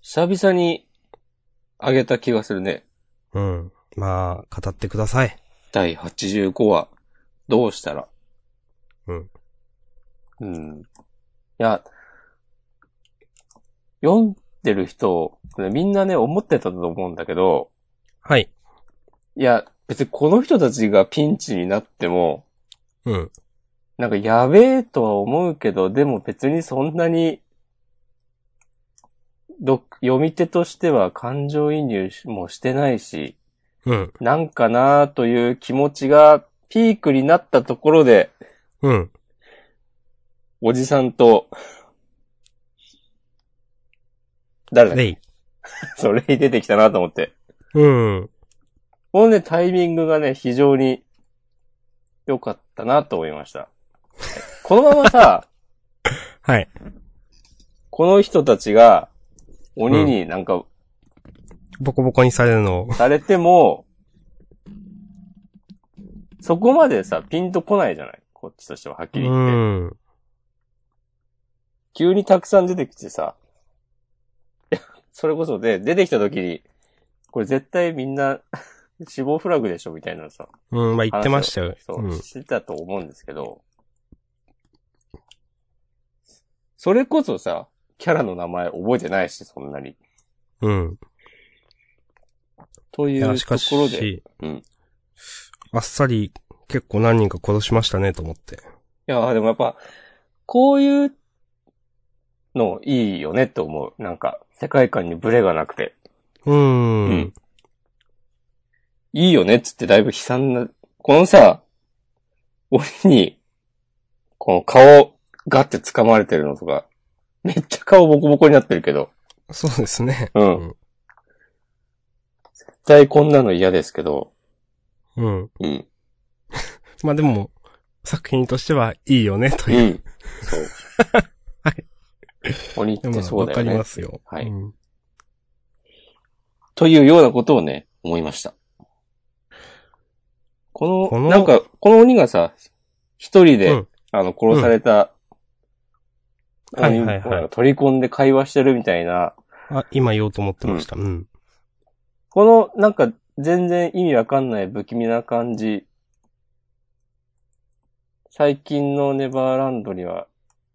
A: 久々にあげた気がするね。
B: うん。まあ、語ってください。
A: 第85話、どうしたら。
B: うん。
A: うん。いや、読んでる人、ねみんなね、思ってたと思うんだけど、
B: はい。
A: いや、別にこの人たちがピンチになっても、
B: うん。
A: なんかやべえとは思うけど、でも別にそんなに、ど、読み手としては感情移入もしてないし、
B: うん。
A: なんかなーという気持ちがピークになったところで、
B: うん。
A: おじさんと、誰だっけ
B: レイ。
A: それに出てきたなと思って。
B: うん。
A: このね、タイミングがね、非常に良かったなと思いました。このまま さ、
B: はい。
A: この人たちが鬼になんか
B: ボコボコにされるのを。
A: されても、そこまでさ、ピンとこないじゃないこっちとしてははっ
B: う
A: きり言って。
B: ん。
A: 急にたくさん出てきてさ、 いや、それこそで、出てきた時に、これ絶対みんな 死亡フラグでしょみたいなさ、
B: うん、まあ言ってましたよ。
A: そうう、
B: ん。
A: してたと思うんですけど、それこそさ、キャラの名前覚えてないし、そんなに。
B: うん。
A: とい
B: いうや、し
A: と
B: か
A: ころで、い
B: し、
A: うん
B: あっさり結構何人か殺しましたね、と思って。
A: や、でもやっぱ、こういうのいいよねと思う。なんか、世界観にブレがなくて。
B: うー
A: うんん。いいよねっつってだいぶ悲惨な、このさ、俺に、この顔ガッて掴まれてるのとか、めっちゃ顔ボコボコになってるけど、
B: そうですね。
A: うん。
B: うん
A: 絶対こんなの嫌ですけど、
B: うん。
A: うん。
B: まあでも、作品としてはいいよね、と
A: う
B: いう。
A: ん。そう。
B: はい。
A: 鬼っ
B: で
A: て
B: も、
A: そう
B: わ
A: だ
B: か
A: よ
B: りま
A: ね。
B: すよ。
A: はい
B: うん
A: というようなことをね、思いました。この、
B: この
A: なんか、この鬼がさ、一人で、
B: うん
A: あの、殺された、
B: うんはいはいはい
A: こううのが取り込んで会話してるみたいな、
B: あ、今言おうと思ってました。うん。
A: この、なんか、全然意味わかんない不気味な感じ。最近のネバーランドには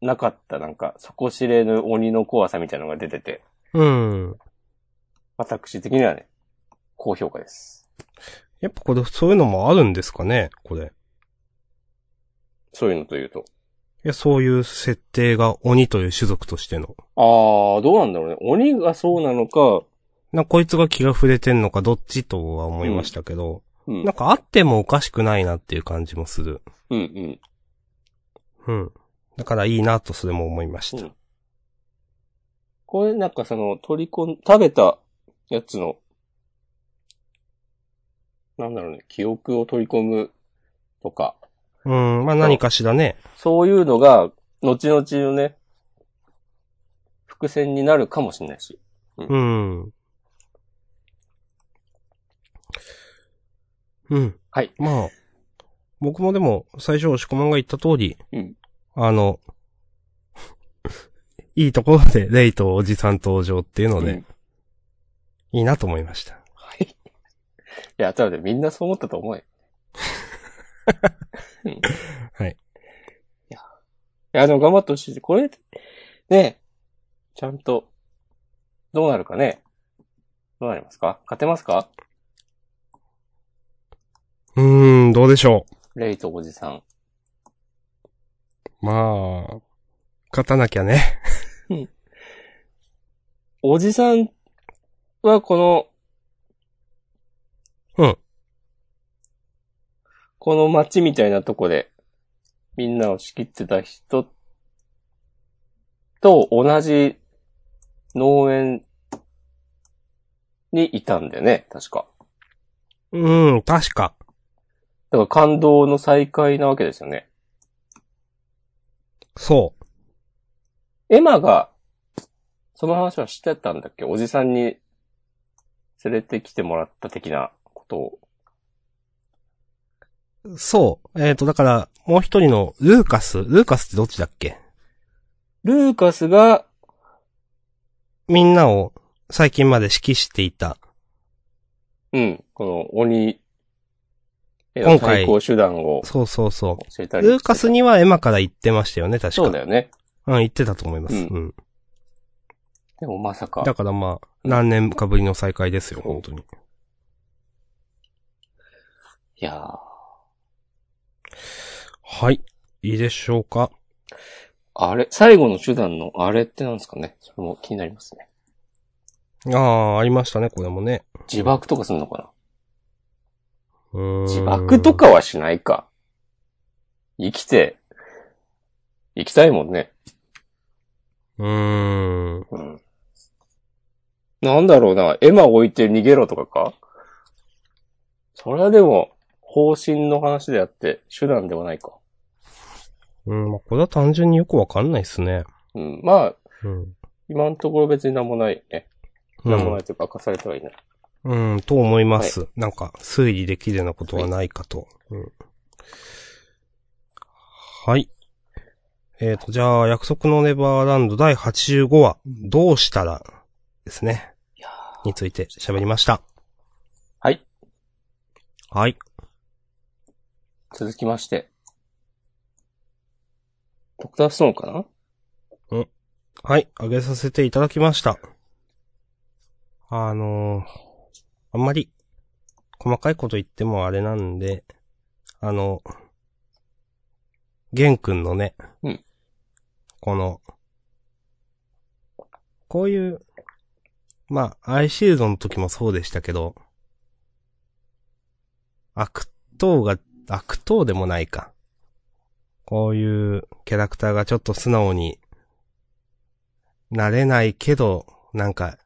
A: なかった、なんか、底知れぬ鬼の怖さみたいなのが出てて、
B: うん。
A: 私的にはね、高評価です。
B: やっぱこれ、そういうのもあるんですかね、これ。
A: そういうのというと。
B: や、そういう設定が鬼という種族としての。
A: ああ、どうなんだろうね。鬼がそうなのか、
B: な、こいつが気が触れてんのかどっちとは思いましたけど、
A: うん
B: な、んかあってもおかしくないなっていう感じもする。
A: うん、うん。
B: うん。だからいいなとそれも思いました。
A: うんこれなんかその、取り込ん、食べたやつの、なんだろうね、記憶を取り込むとか、
B: うん、まあ何かしらね。
A: そういうのが、後々のね、伏線になるかもしれないし。
B: うん。うん。
A: はい。
B: まあ、僕もでも最初押し込まんが言った通り、
A: うん
B: あの、 いいところでレイとおじさん登場っていうので、
A: うん
B: いいなと思いました。
A: はい。いや、ただね、みんなそう思ったと思うよ。 うん
B: はい。
A: いや、いやでも頑張ってほしいし。これ、ね、ちゃんと、どうなるかね。どうなりますか勝てますか
B: うーん、どうでしょ
A: レイとおじさん。
B: う。まあ、勝たなきゃね。
A: おじさんはこの、
B: うん。
A: この街みたいなとこで、みんなを仕切ってた人と同じ農園にいたんだよね、確か。
B: うん、確か。
A: だから感動の再会なわけですよね。
B: そ
A: エマが、その話は知ってたんだっけおじさんに連れてきてもらった的なことを。
B: う。そう。えっ、と、だから、もう一人のルーカス。ルーカスってどっちだっけ
A: ルーカスが、
B: みんなを最近まで指揮していた。
A: うん、この鬼への対抗手段を
B: そうそうそ
A: 教え
B: う。
A: たり。
B: ルーカスにはエマから言ってましたよね、確か。
A: そうだよね。
B: うん、言ってたと思います。う。
A: うんでもまさか。
B: だからまあ、何年かぶりの再会ですよ、
A: そう
B: 本当に。
A: いやー
B: はい。いいでしょうか。
A: あれ、最後の手段のあれってなんですかねそれも気になりますね。
B: ああ、ありましたね、これもね。
A: 自爆とかするのかな
B: うーん
A: 自爆とかはしないか。生きて、生きたいもんね。
B: うーん。
A: うん。なんだろうな、エマ置いて逃げろとかかそれはでも、方針の話であって、手段ではないか。
B: うん、まあ、これは単純によくわかんないですね。
A: うん。まあ、
B: うん。
A: 今のところ別になんもないね。
B: う
A: なんもなんいというか、明かされてはいない。
B: うん、と思います。なんか、推理できるようなことはないかと。うん。はい。えっ、と、じゃあ、約束のネバーランド第85話、どうしたら、ですね。
A: いや
B: について喋りました。
A: はい。
B: はい。
A: 続きまして。ドクターストーンかな
B: はい、あげさせていただきました。あのーあんまり、細かいこと言ってもあれなんで、あの、玄君のね、
A: うん
B: この、こういう、まあ、アイシールドの時もそうでしたけど、悪党が、悪党でもないか。こういうキャラクターがちょっと素直になれないけど、なんか、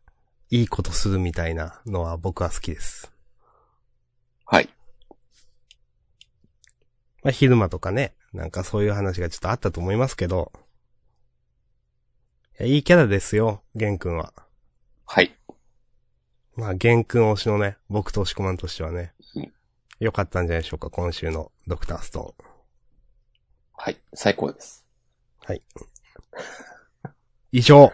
B: いいことするみたいなのは僕は好きです。
A: はい。
B: まあ、昼間とかね、なんかそういう話がちょっとあったと思いますけど、いやいいキャラですよ、玄君は。
A: はい。
B: まあ、玄君推しのね、僕と押し込まんとしてはね
A: うん、
B: 良かったんじゃないでしょうか、今週のドクターストーン。
A: はい。最高です。
B: 以上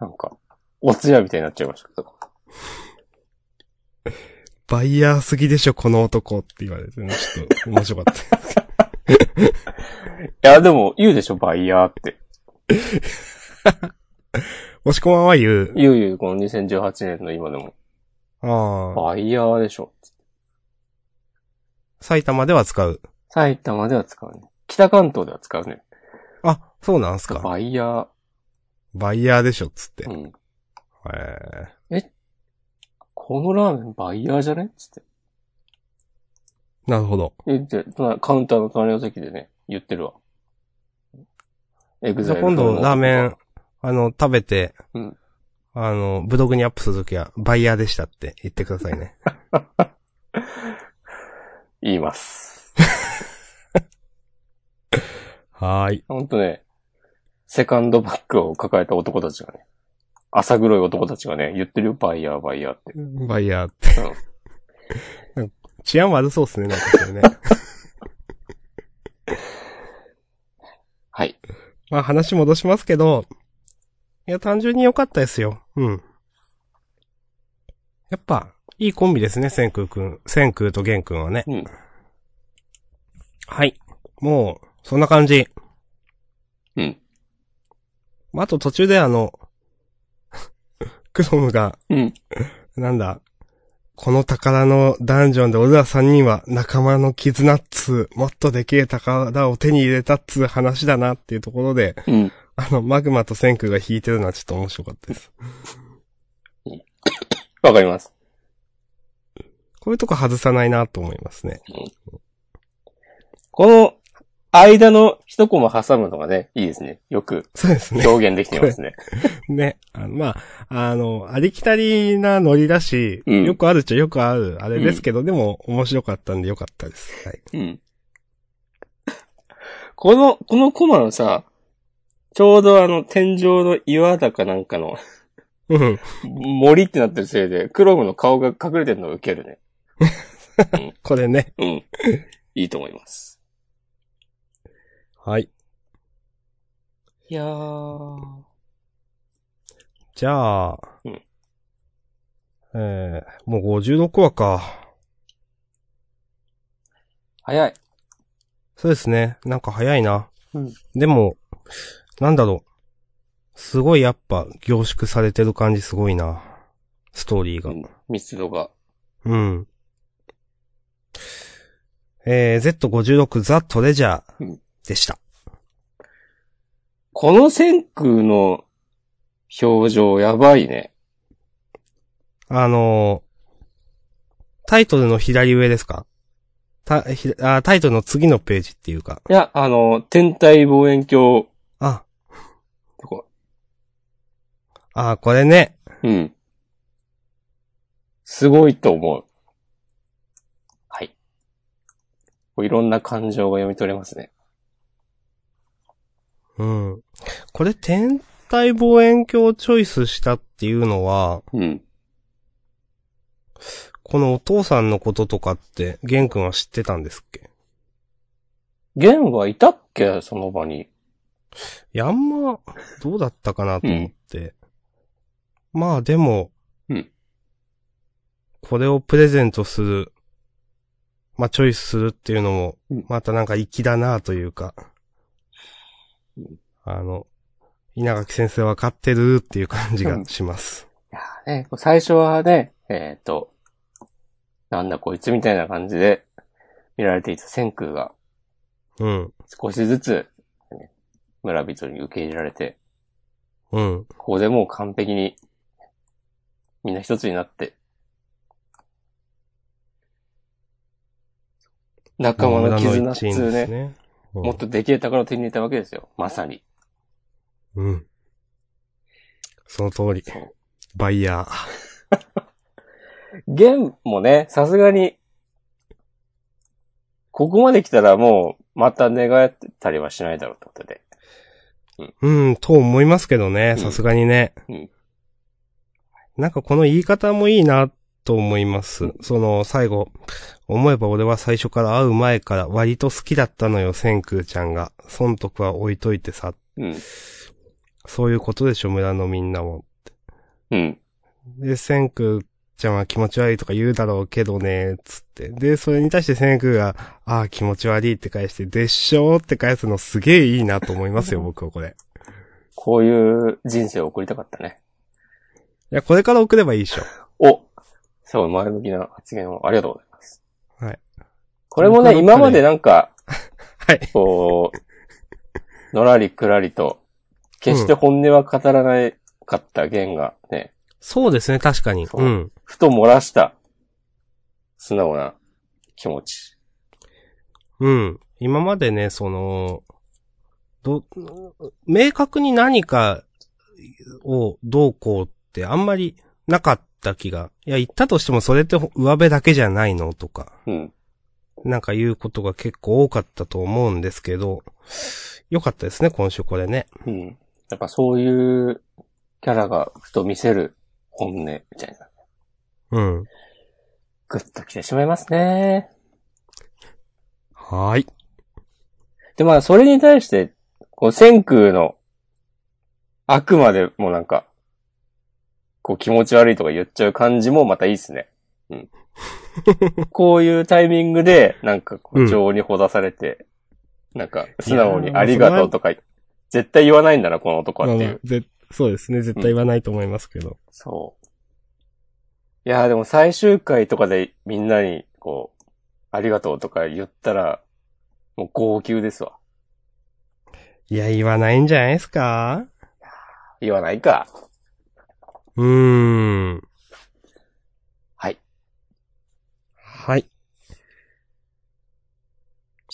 A: なんか、お通夜みたいになっちゃいましたけど。
B: バイヤーすぎでしょ、この男って言われてね、ちょっと面白かった。
A: いや、でも、言うでしょ、バイヤーって。
B: 押し込まんは言う。
A: 言う言う、この2018年の今でも。
B: ああ、
A: バイヤーでしょ。
B: 埼玉では使う。
A: 埼玉では使うね。北関東では使うね。
B: あ、そうなんすか。
A: バイヤー。
B: バイヤーでしょ、つって。
A: うん。
B: へえ。
A: このラーメンバイヤーじゃねつって。
B: なるほど。
A: 言って、隣カウンターの隣の席でね、言ってるわ。エグ
B: じ
A: ザ
B: ゃあ
A: イル
B: 今度ラーメン。、あの、食べて、
A: うん
B: あの、ブログにアップするときは、バイヤーでしたって言ってくださいね。
A: 言います。
B: はーい。
A: ほんとね、セカンドバッグを抱えた男たちがね、朝黒い男たちがね、言ってるよ、バイヤー、バイヤーって。
B: バイヤーって。治安悪そうっすね、なんかそれね。
A: はい。
B: まあ話戻しますけど、いや、単純に良かったですよ。うん。やっぱ、いいコンビですね、千空くん。千空と玄くんはね。
A: うん。
B: はい。もう、そんな感じ。
A: うん。
B: まあ、あと途中であの、 クロムが、
A: うん。
B: なんだ、この宝のダンジョンで俺ら3人は仲間の絆っつう、もっとでけえ宝を手に入れたっつう話だなっていうところで、
A: うん。
B: あの、マグマと千空が弾いてるのはちょっと面白かったです。
A: わかります。
B: こういうとこ外さないなと思いますね。
A: この、間の一コマ挟むのがね、いいですね。よく
B: そうですね。
A: 表現できてますね。
B: ね。あのまあ、あの、ありきたりなノリだし、
A: うん
B: よくあるっちゃよくある、あれですけど、でも面白かったんでよかったです。はい。
A: うん。この、このコマのさ、ちょうどあの、天井の岩だかなんかの
B: うん。
A: 森ってなってるせいで、クロムの顔が隠れてるのがウケるね。
B: これね。
A: うん。いいと思います。
B: はい。
A: いやー。
B: じゃあ、
A: うん
B: えー、もう56話か。
A: 早い。
B: そうですね。なんか早いな。
A: うん
B: でも、なんだろう。すごいやっぱ凝縮されてる感じすごいな。ストーリーが。
A: 密度が。
B: うん。えー、Z56 ザ・トレジャ
A: う
B: ー
A: ん
B: でした。
A: この線空の表情やばいね。
B: あのータイトルの左上ですかたひあタイトルの次のページっていうか。
A: いや、あの、天体望遠鏡
B: あ、
A: とか。
B: あ、これね。
A: うん。すごいと思う。はい。こういろんな感情が読み取れますね。
B: うん。これ天体望遠鏡をチョイスしたっていうのは、
A: うん。
B: このお父さんのこととかって、玄君は知ってたんですっけ
A: ゲンはいたっけその場に。
B: いや、あんま、どうだったかなと思って。まあでも、
A: うん
B: これをプレゼントする、まあチョイスするっていうのも
A: うん、
B: またなんか粋だなというか
A: うん、
B: あの、稲垣先生わかってるっていう感じ
A: うん
B: がします。
A: いやーね、こう最初はね、えっ、と、なんだこいつみたいな感じで見られていた千空が
B: うん、
A: 少しずつ、ね村人に受け入れられて、
B: うん、
A: ここでもう完璧に、みんな一つになって、仲間の絆っつ
B: 村
A: うね、
B: ね。うん
A: もっとできる宝を手に入れたわけですよ。まさに。
B: うん。その通り
A: そう。
B: バイヤー。
A: ゲンもね、さすがに、ここまで来たらもう、また願えたりはしないだろうってことで。
B: うん、と思いますけどね、
A: うん
B: さすがにね。
A: うん
B: なんかこの言い方もいいな、と思います。その、最後、思えば俺は最初から会う前から割と好きだったのよ、千空ちゃんが。損得は置いといてさ。
A: うん。
B: そういうことでしょ、村のみんなも。
A: うん。
B: で、千空ちゃんは気持ち悪いとか言うだろうけどね、つって。で、それに対して千空が、ああ、気持ち悪いって返して、でしょーって返すのすげえいいなと思い ますよ、僕はこれ。
A: こういう人生を送りたかったね。
B: いや、これから送ればいいでしょ。
A: おすごい前向きな発言をありがとうございます。
B: はい。
A: これもね、
B: 僕の
A: 今までなんか、
B: はい。
A: こう、のらりくらりと、決して本音は語らなかった弦がね、
B: そうですね、確かに。
A: そう
B: うん。
A: ふと漏らした、素直な気持ち。
B: うん。今までね、その、ど、明確に何かをどうこうってあんまりなかった気が。いや、言ったとしてもそれってほ上辺だけじゃないのとか。
A: うん。
B: なんか言うことが結構多かったと思うんですけど、よかったですね、今週これね。
A: うん。やっぱそういうキャラがふと見せる本音みたいな。
B: うん。
A: グッと来てしまいますね。
B: はーい。
A: で、まあ、それに対して、こう、千空の、あくまでもなんか、こう、気持ち悪いとか言っちゃう感じもまたいいっすね。うん。 こういうタイミングで、なんか、こ
B: うん
A: う情にほだされて、なんか、素直にありがとうとか、絶対言わないんだな、この男はっていう。
B: ぜそうですね、絶対言わないと思いますけど。
A: そう。いやーでも最終回とかでみんなに、こう、ありがとうとか言ったら、もう号泣ですわ。
B: いや、言わないんじゃないですか
A: 言わないか。
B: うーん。
A: はい。
B: はい。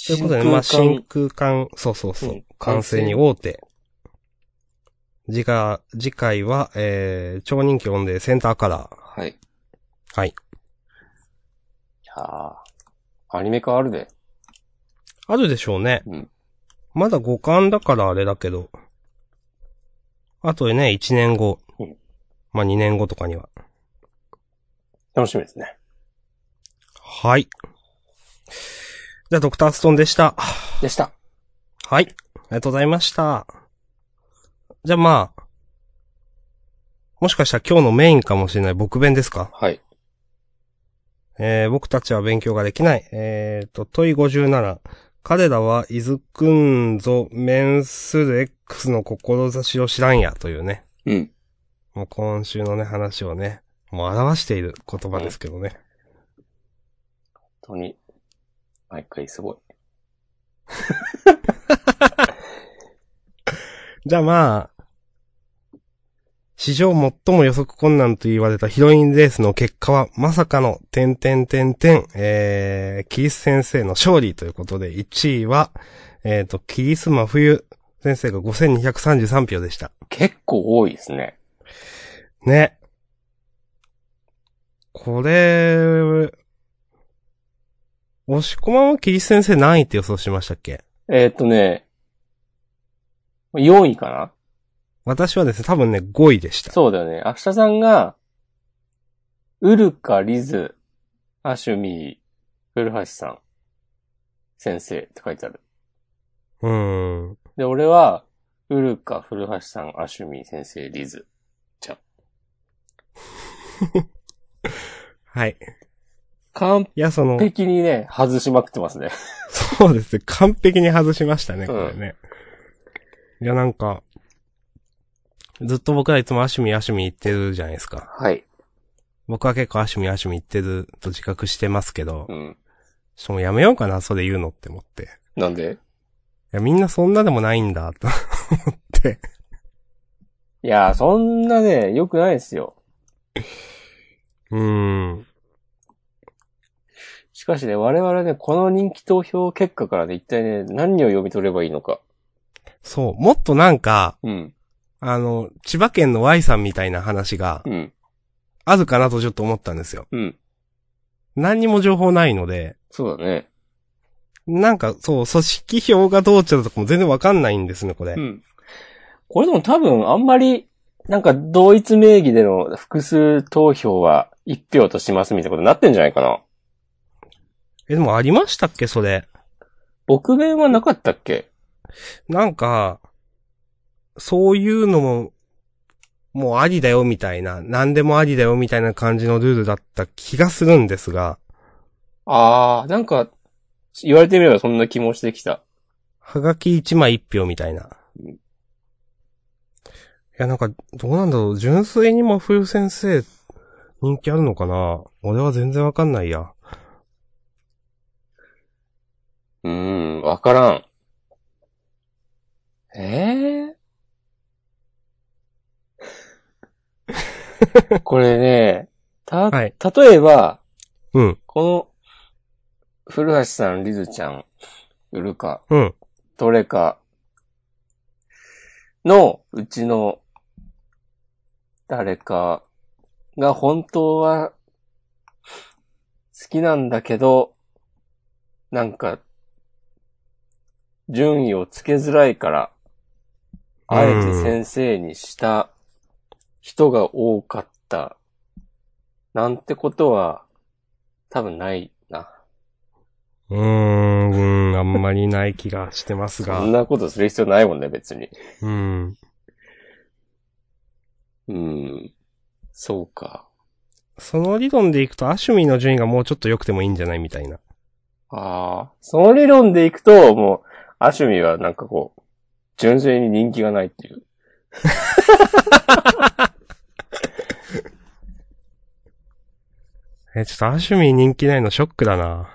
B: ということで、まあ、真空管、そうそうそう、
A: うん
B: 完成に大手。次回、次回は、えー、超人気オンデーセンターカラー。
A: はい。い
B: はい。
A: やーアニメ化あるで。
B: あるでしょうね。
A: うん
B: まだ五巻だからあれだけど。あとね、1年後。
A: うん
B: まあ、2年後とかには。
A: 楽しみですね。
B: はい。じゃあ、ドクターストーンでした。
A: でした。
B: はい。ありがとうございました。じゃあまあ、もしかしたら今日のメインかもしれない僕弁ですか
A: はい。
B: えー、僕たちは勉強ができない。えーと、問い57。彼らは、いずくんぞ、メンスル X の志を知らんや、というね。
A: うん。
B: もう今週のね、話をね、もう表している言葉ですけどね。
A: 本当に、毎回すごい。
B: じゃあまあ、史上最も予測困難と言われたヒロインレースの結果は、まさかの、点点点点、えー、キリス先生の勝利ということで、1位は、えっ、と、キリス真冬先生が5233票でした。
A: 結構多いですね。
B: ね。これ、押し込まんはキリス先生何位って予想しましたっけ
A: えーっとね、4位かな
B: 私はですね、多分ね、5位でした。
A: そうだよね。アクシャさんが、ウルカ、リズ、アシュミー、古橋さん、先生って書いてある。
B: うーん。
A: で、俺は、ウルカ、古橋さん、アシュミー、先生、リズ。
B: はい。
A: 完
B: いや、その、
A: 璧にね、外しまくってますね。
B: そうですね。完璧に外しましたね、
A: う
B: こ
A: ん
B: れね。いや、なんか、ずっと僕はいつもアシュミアシュミ言ってるじゃないですか。
A: はい。
B: 僕は結構アシュミアシュミ言ってると自覚してますけど
A: う、ん。
B: ちょっともうやめようかな、それ言うのって思って。い
A: なんで
B: や、みんなそんなでもないんだ、と思って。
A: いやー、そんなね、良くないですよ。
B: うーん。
A: しかしね、我々ね、この人気投票結果からね、一体ね、何を読み取ればいいのか。
B: そう、もっとなんか、
A: うん。
B: あの、千葉県の Y さんみたいな話が
A: うん。
B: あるかなとちょっと思ったんですよ。
A: うん。
B: 何にも情報ないので、
A: そうだね。
B: なんかそう、組織票がどうちゃうとかも全然わかんないんですね、これ。
A: うん。これでも多分、あんまり、なんか、同一名義での複数投票は一票としますみたいなことになってんじゃないかな。
B: え、でもありましたっけそれ。
A: 僕弁はなかったっけ
B: なんか、そういうのも、もうありだよみたいな、何でもありだよみたいな感じのルールだった気がするんですが、
A: あー、なんか、言われてみればそんな気もしてきた。
B: はがき1枚1票みたいな。
A: うん
B: いや、なんか、どうなんだろう。純粋に真冬先生、人気あるのかな俺は全然わかんないや。
A: うーん、わからん。え えこれね、た、
B: はい
A: 例えば、
B: うん、
A: この、古橋さん、リズちゃん、ウルカ、
B: うん、
A: どれかのうちの誰かが本当は好きなんだけど、なんか順位をつけづらいから、あえて先生にした人が多かった、なんてことは多分ないな。
B: うーん、うんあんまりない気がしてます
A: そ
B: が
A: ん。なことする必要ないもんね、別に。
B: うん。
A: うん。そうか。
B: その理論でいくと、アシュミの順位がもうちょっと良くてもいいんじゃないみたいな。
A: ああ、その理論でいくと、もう、アシュミはなんかこう、純粋に人気がないっていう。
B: え、ちょっとアシュミ人気ないのショックだな。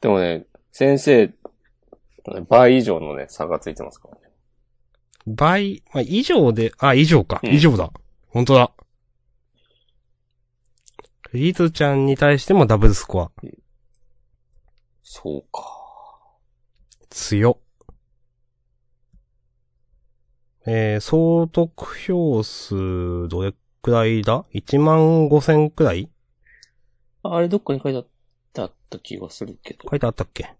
A: でもね、先生、倍以上のね、差がついてますからね。
B: 倍、まあ、以上で、あ、以上か。
A: うん
B: 以上だ。本当だ。リトちゃんに対してもダブルスコア。
A: そうか。
B: 強。えー、総得票数、どれくらいだ ?1 万5千くらい
A: あれどっかに書いてあった気がするけど。
B: 書いてあったっけ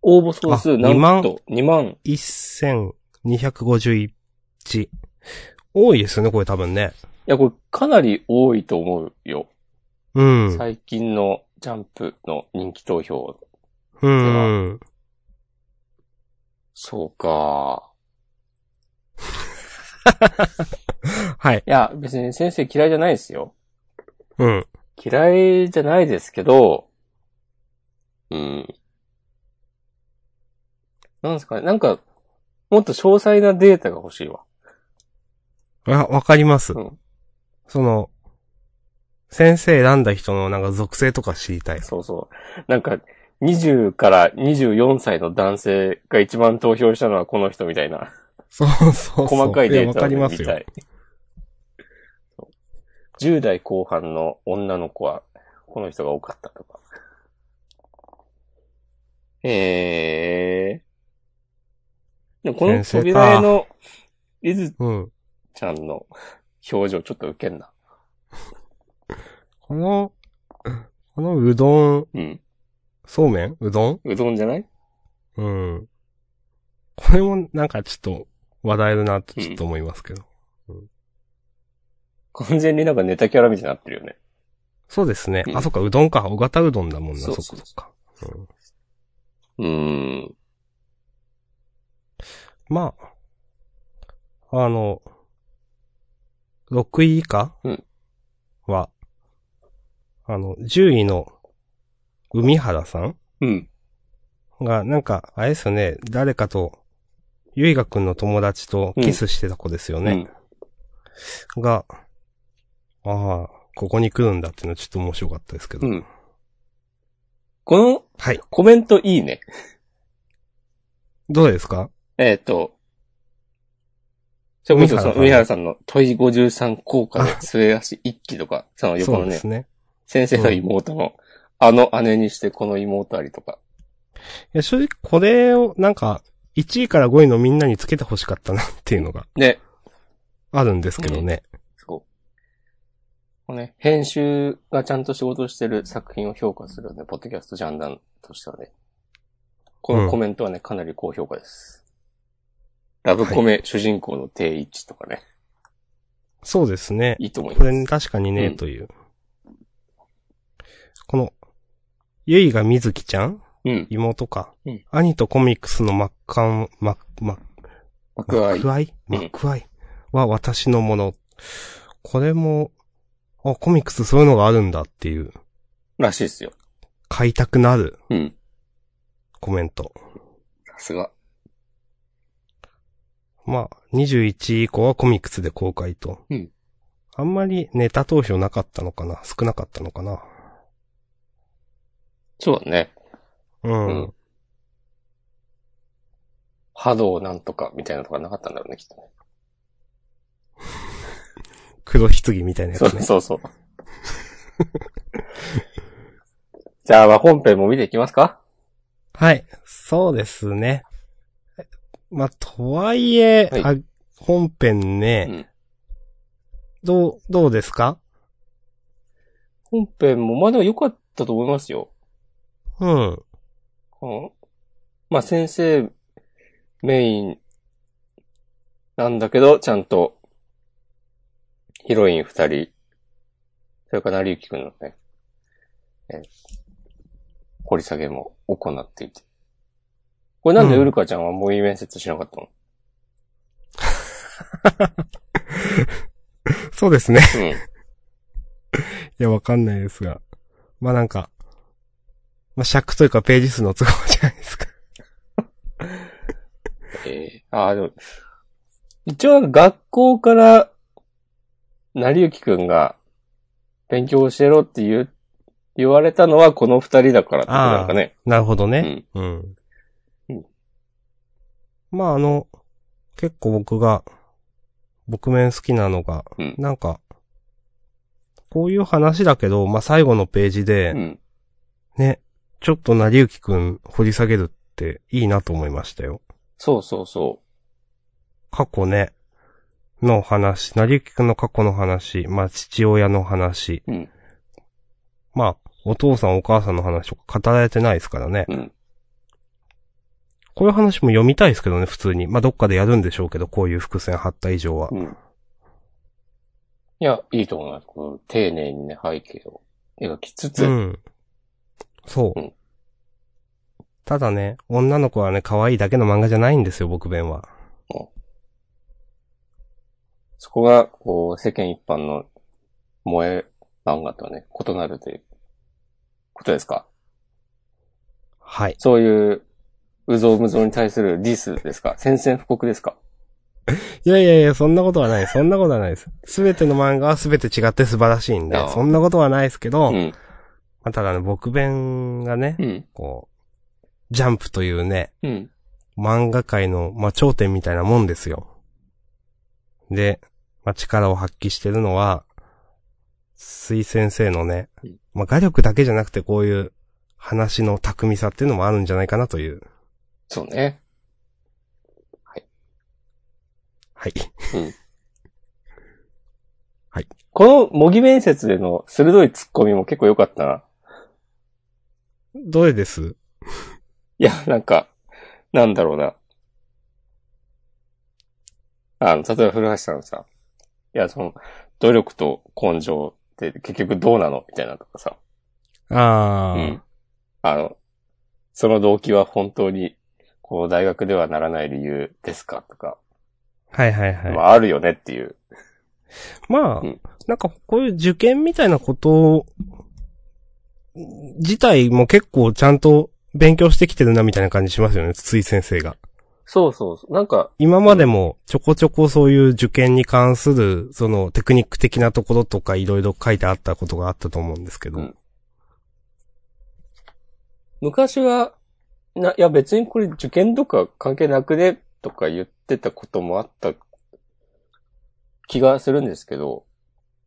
A: 応募総数
B: あ
A: なんと2万。
B: ?1251。多いですよね、これ多分ね。
A: いや、これかなり多いと思うよ。
B: うん。
A: 最近のジャンプの人気投票。
B: うん。
A: そうか。
B: はい。
A: いや、別に先生嫌いじゃないですよ。
B: うん。
A: 嫌いじゃないですけど、うん。なんですかね、なんか、もっと詳細なデータが欲しいわ。
B: あ、わかります。
A: うん。
B: その、先生選んだ人のなんか属性とか知りたい。
A: そうそう。なんか、20から24歳の男性が一番投票したのはこの人みたいな、
B: そうそうそう。
A: 細かい
B: や
A: デー
B: わ
A: タ
B: か
A: を
B: り
A: ね
B: ます
A: 見
B: よ
A: た。い。そう10代後半の女の子は、この人が多かったとか。えー。でもこの
B: 先生か
A: 扉絵の、リズ
B: うん。
A: ちゃんの表情ちょっとウケんな。
B: この、このうどん、
A: うん。
B: そうめんうどん
A: うどんじゃない
B: うん。これもなんかちょっと話題だなとちょっと思いますけど。
A: 完全になんかネタキャラみたいになってるよね。
B: そうですね。
A: うん
B: あ、そっか、うどんか。お型うどんだもんな。そ
A: そう
B: っか
A: そう
B: そっか。うん
A: うーん。
B: まあ、あの、6位以下
A: うん
B: は、あの、10位の海原さん
A: うん。
B: が、なんか、あれですよね、誰かと、ゆいがくんの友達とキスしてた子ですよね。が、ああ、ここに来るんだっていうのはちょっと面白かったですけ
A: う
B: ど。
A: ん。うん。この
B: はい。
A: コメントいいね。
B: どうですか
A: えっ、と、それこそその、
B: 海
A: 上
B: 原
A: 原さんの問い53効果で末足一期とか、その横
B: そ
A: の
B: うで
A: ね
B: す、ね。
A: 先生の妹の、あの姉にしてこの妹ありとか。
B: いや、正直これを、なんか、1位から5位のみんなにつけてほしかったなっていうのが
A: ね、
B: あるんですけどね。
A: そう。ね、編集がちゃんと仕事してる作品を評価するね、ポッドキャストジャンダンとしてはね。このコメントはね、かなり高評価です。ラブコメ、主人公の定位置とかね、
B: そうですね。
A: いいと思い
B: こ
A: ま
B: れ
A: す。
B: ね、確かにね、
A: うん
B: という。この、ゆいがみずきちゃん
A: うん。
B: 妹か。
A: うん
B: 兄とコミックスの真っ赤ん、真っ、真っ
A: 幕愛。
B: 幕愛
A: うん
B: 真っ赤いは私のもの。これも、あ、コミックスそういうのがあるんだっていう、
A: らしいですよ。
B: 買いたくなる
A: うん。
B: コメント。
A: さすが。
B: まあ、21以降はコミックスで公開と。
A: うん
B: あんまりネタ投票なかったのかな少なかったのかな
A: そうだね。
B: うん。
A: うん波動なんとかみたいなのとかなかったんだろうね、きっとね。
B: 黒棺みたいなやつ
A: そ
B: ね。
A: うそう そう。じゃあ、まあ本編も見ていきますか
B: はい。そうですね。まあ、とはいえ、
A: はい
B: あ本編ね、
A: うん
B: どう、どうですか
A: 本編も、まあでも良かったと思いますよ。
B: うん。
A: うん。まあ先生メインなんだけど、ちゃんとヒロイン二人、それから成幸くんのね、えー掘り下げも行っていて。これなんで
B: うん
A: ウルカちゃんは模擬面接しなかったの、
B: そうですね。
A: うん、
B: いや、わかんないですが。まあ、なんか、まあ、尺というかページ数の都合じゃないですか。
A: ええああ、でも、一応なんか学校から、成幸くんが、勉強してろって言う、言われたのはこの二人だからってことなんかね。
B: なるほど
A: う
B: ね。
A: ん。
B: うん。
A: うん
B: まあ、あの、結構僕が、僕面好きなのが、
A: うん
B: なんか、こういう話だけど、まあ、最後のページで、
A: うん。
B: ね、ちょっと成幸くん掘り下げるっていいなと思いましたよ。
A: そうそうそ
B: 過去ね、の話、成幸くんの過去の話、まあ父親の話、
A: う。うん。
B: まあお父さんお母さんの話とか語られてないですからね。
A: うん。
B: こういう話も読みたいですけどね、普通に。まあどっかでやるんでしょうけど、こういう伏線張った以上は
A: う。ん。いや、いいと思います。この丁寧にね、背景を描きつつ、
B: うん。そう
A: うん。
B: ただね、女の子はね、可愛いだけの漫画じゃないんですよ、僕弁は。
A: そこが、こう、世間一般の萌え漫画とはね、異なるという、ことですか
B: はい。
A: そういう、うぞうむぞうに対するディスですか宣戦布告ですか
B: いやいやいや、そんなことはない。そんなことはないです。すべての漫画はすべて違って素晴らしいんで
A: ああ、
B: そんなことはないですけど、
A: う
B: ま
A: ん。
B: あただね、僕弁がね
A: う、ん。
B: こう、ジャンプというね、
A: うん。
B: 漫画界の、まあ、頂点みたいなもんですよ。で、まあ、力を発揮してるのは、水先生のね
A: うん、
B: まあ、画力だけじゃなくてこういう話の巧みさっていうのもあるんじゃないかなという。
A: そうね。
B: はい。
A: この模擬面接での鋭い突っ込みも結構良かったな。
B: どれです
A: いや、なんか、なんだろうな。あの、例えば古橋さんのさ、いや、その、努力と根性って結局どうなのみたいなのとかさ。
B: あ
A: う
B: ー、
A: ん。あの、その動機は本当に、こう、大学ではならない理由ですかとか、
B: はいはいはい。
A: まあ、あるよねっていう。
B: まあ、
A: うん
B: なんかこういう受験みたいなこと自体も結構ちゃんと勉強してきてるなみたいな感じしますよね、筒井先生が。
A: そうそうそう。なんか、
B: 今までもちょこちょこそういう受験に関する、そのテクニック的なところとかいろいろ書いてあったことがあったと思うんですけど。
A: うん昔は、な、いや別にこれ受験とか関係なくね、とか言ってたこともあった気がするんですけど、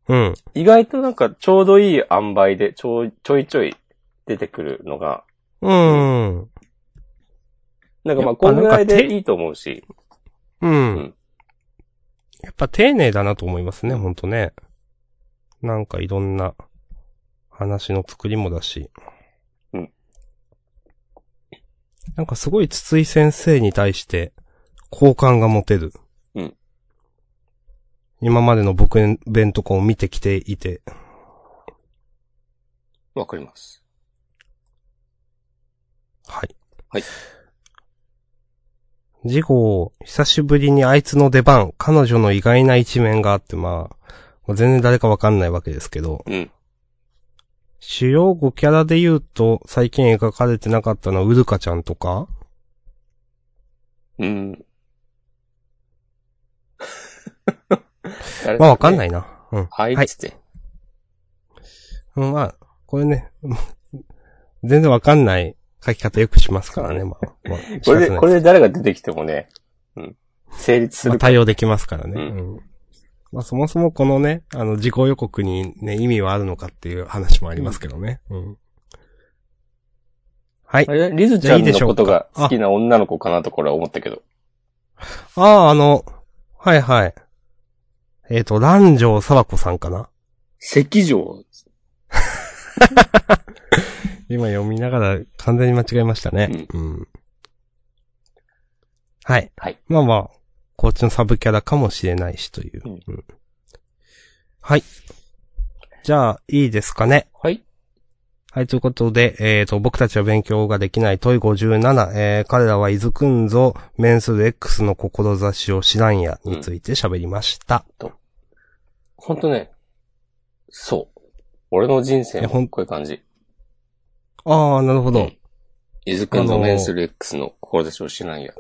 B: うん。
A: 意外となんかちょうどいい塩梅でちょいちょいちょい出てくるのが、
B: うん。
A: なんかまあ
B: やっぱ
A: こ
B: なんんか
A: ぐらいで
B: 手
A: いいと思うし、
B: うん。
A: うん
B: やっぱ丁寧だなと思いますね、ほんとね。なんかいろんな話の作りもだし。
A: うん。
B: なんかすごい筒井先生に対して好感が持てる。
A: うん。
B: 今までの僕弁とかを見てきていて。
A: わかります。
B: はい。
A: はい。
B: 次号、久しぶりにあいつの出番、彼女の意外な一面があって、まあ、まあ全然誰かわかんないわけですけど、
A: うん。
B: 主要5キャラで言うと、最近描かれてなかったのはウルカちゃんとか、
A: うん。。
B: まあわかんないいな。うん。
A: はい、
B: はい
A: つって。
B: うんまあ、これね、 全然わかんない書き方よくしますからね、まあ。まあ、
A: これ
B: 仕方
A: で、
B: ない
A: これで誰が出てきてもね、うん。成立す
B: ま
A: る
B: あ、。対応できますからね。
A: う
B: うんまあそもそもこのね、あの、事項予告にね、意味はあるのかっていう話もありますけどね。うん。はい
A: あ。れリズち
B: じゃあ
A: ゃ
B: いい
A: ん
B: で
A: の
B: しょ
A: こ
B: うか
A: とが好きな女の子かなとこれは思ったけど。
B: ああ、あの、はいはい。えっ、と、蘭城沢子さんかな
A: 赤城。
B: 今読みながら完全に間違えましたね。うん。はい。
A: はい。
B: まあまあ、こっちのサブキャラかもしれないしという。
A: うん
B: うんはい。じゃあ、いいですかね。
A: はい。
B: はい、ということで、えっ、と、僕たちは勉強ができない問い57、えー、彼らは伊豆くんぞ、メンスル X の志を知らんや、について喋りました。
A: ほんとね、そう。俺の人生
B: えほん
A: もこういう感じ。
B: ああ、なるほど。
A: 伊豆くん
B: あ
A: の
B: のー
A: メンスル X の志を知らんや。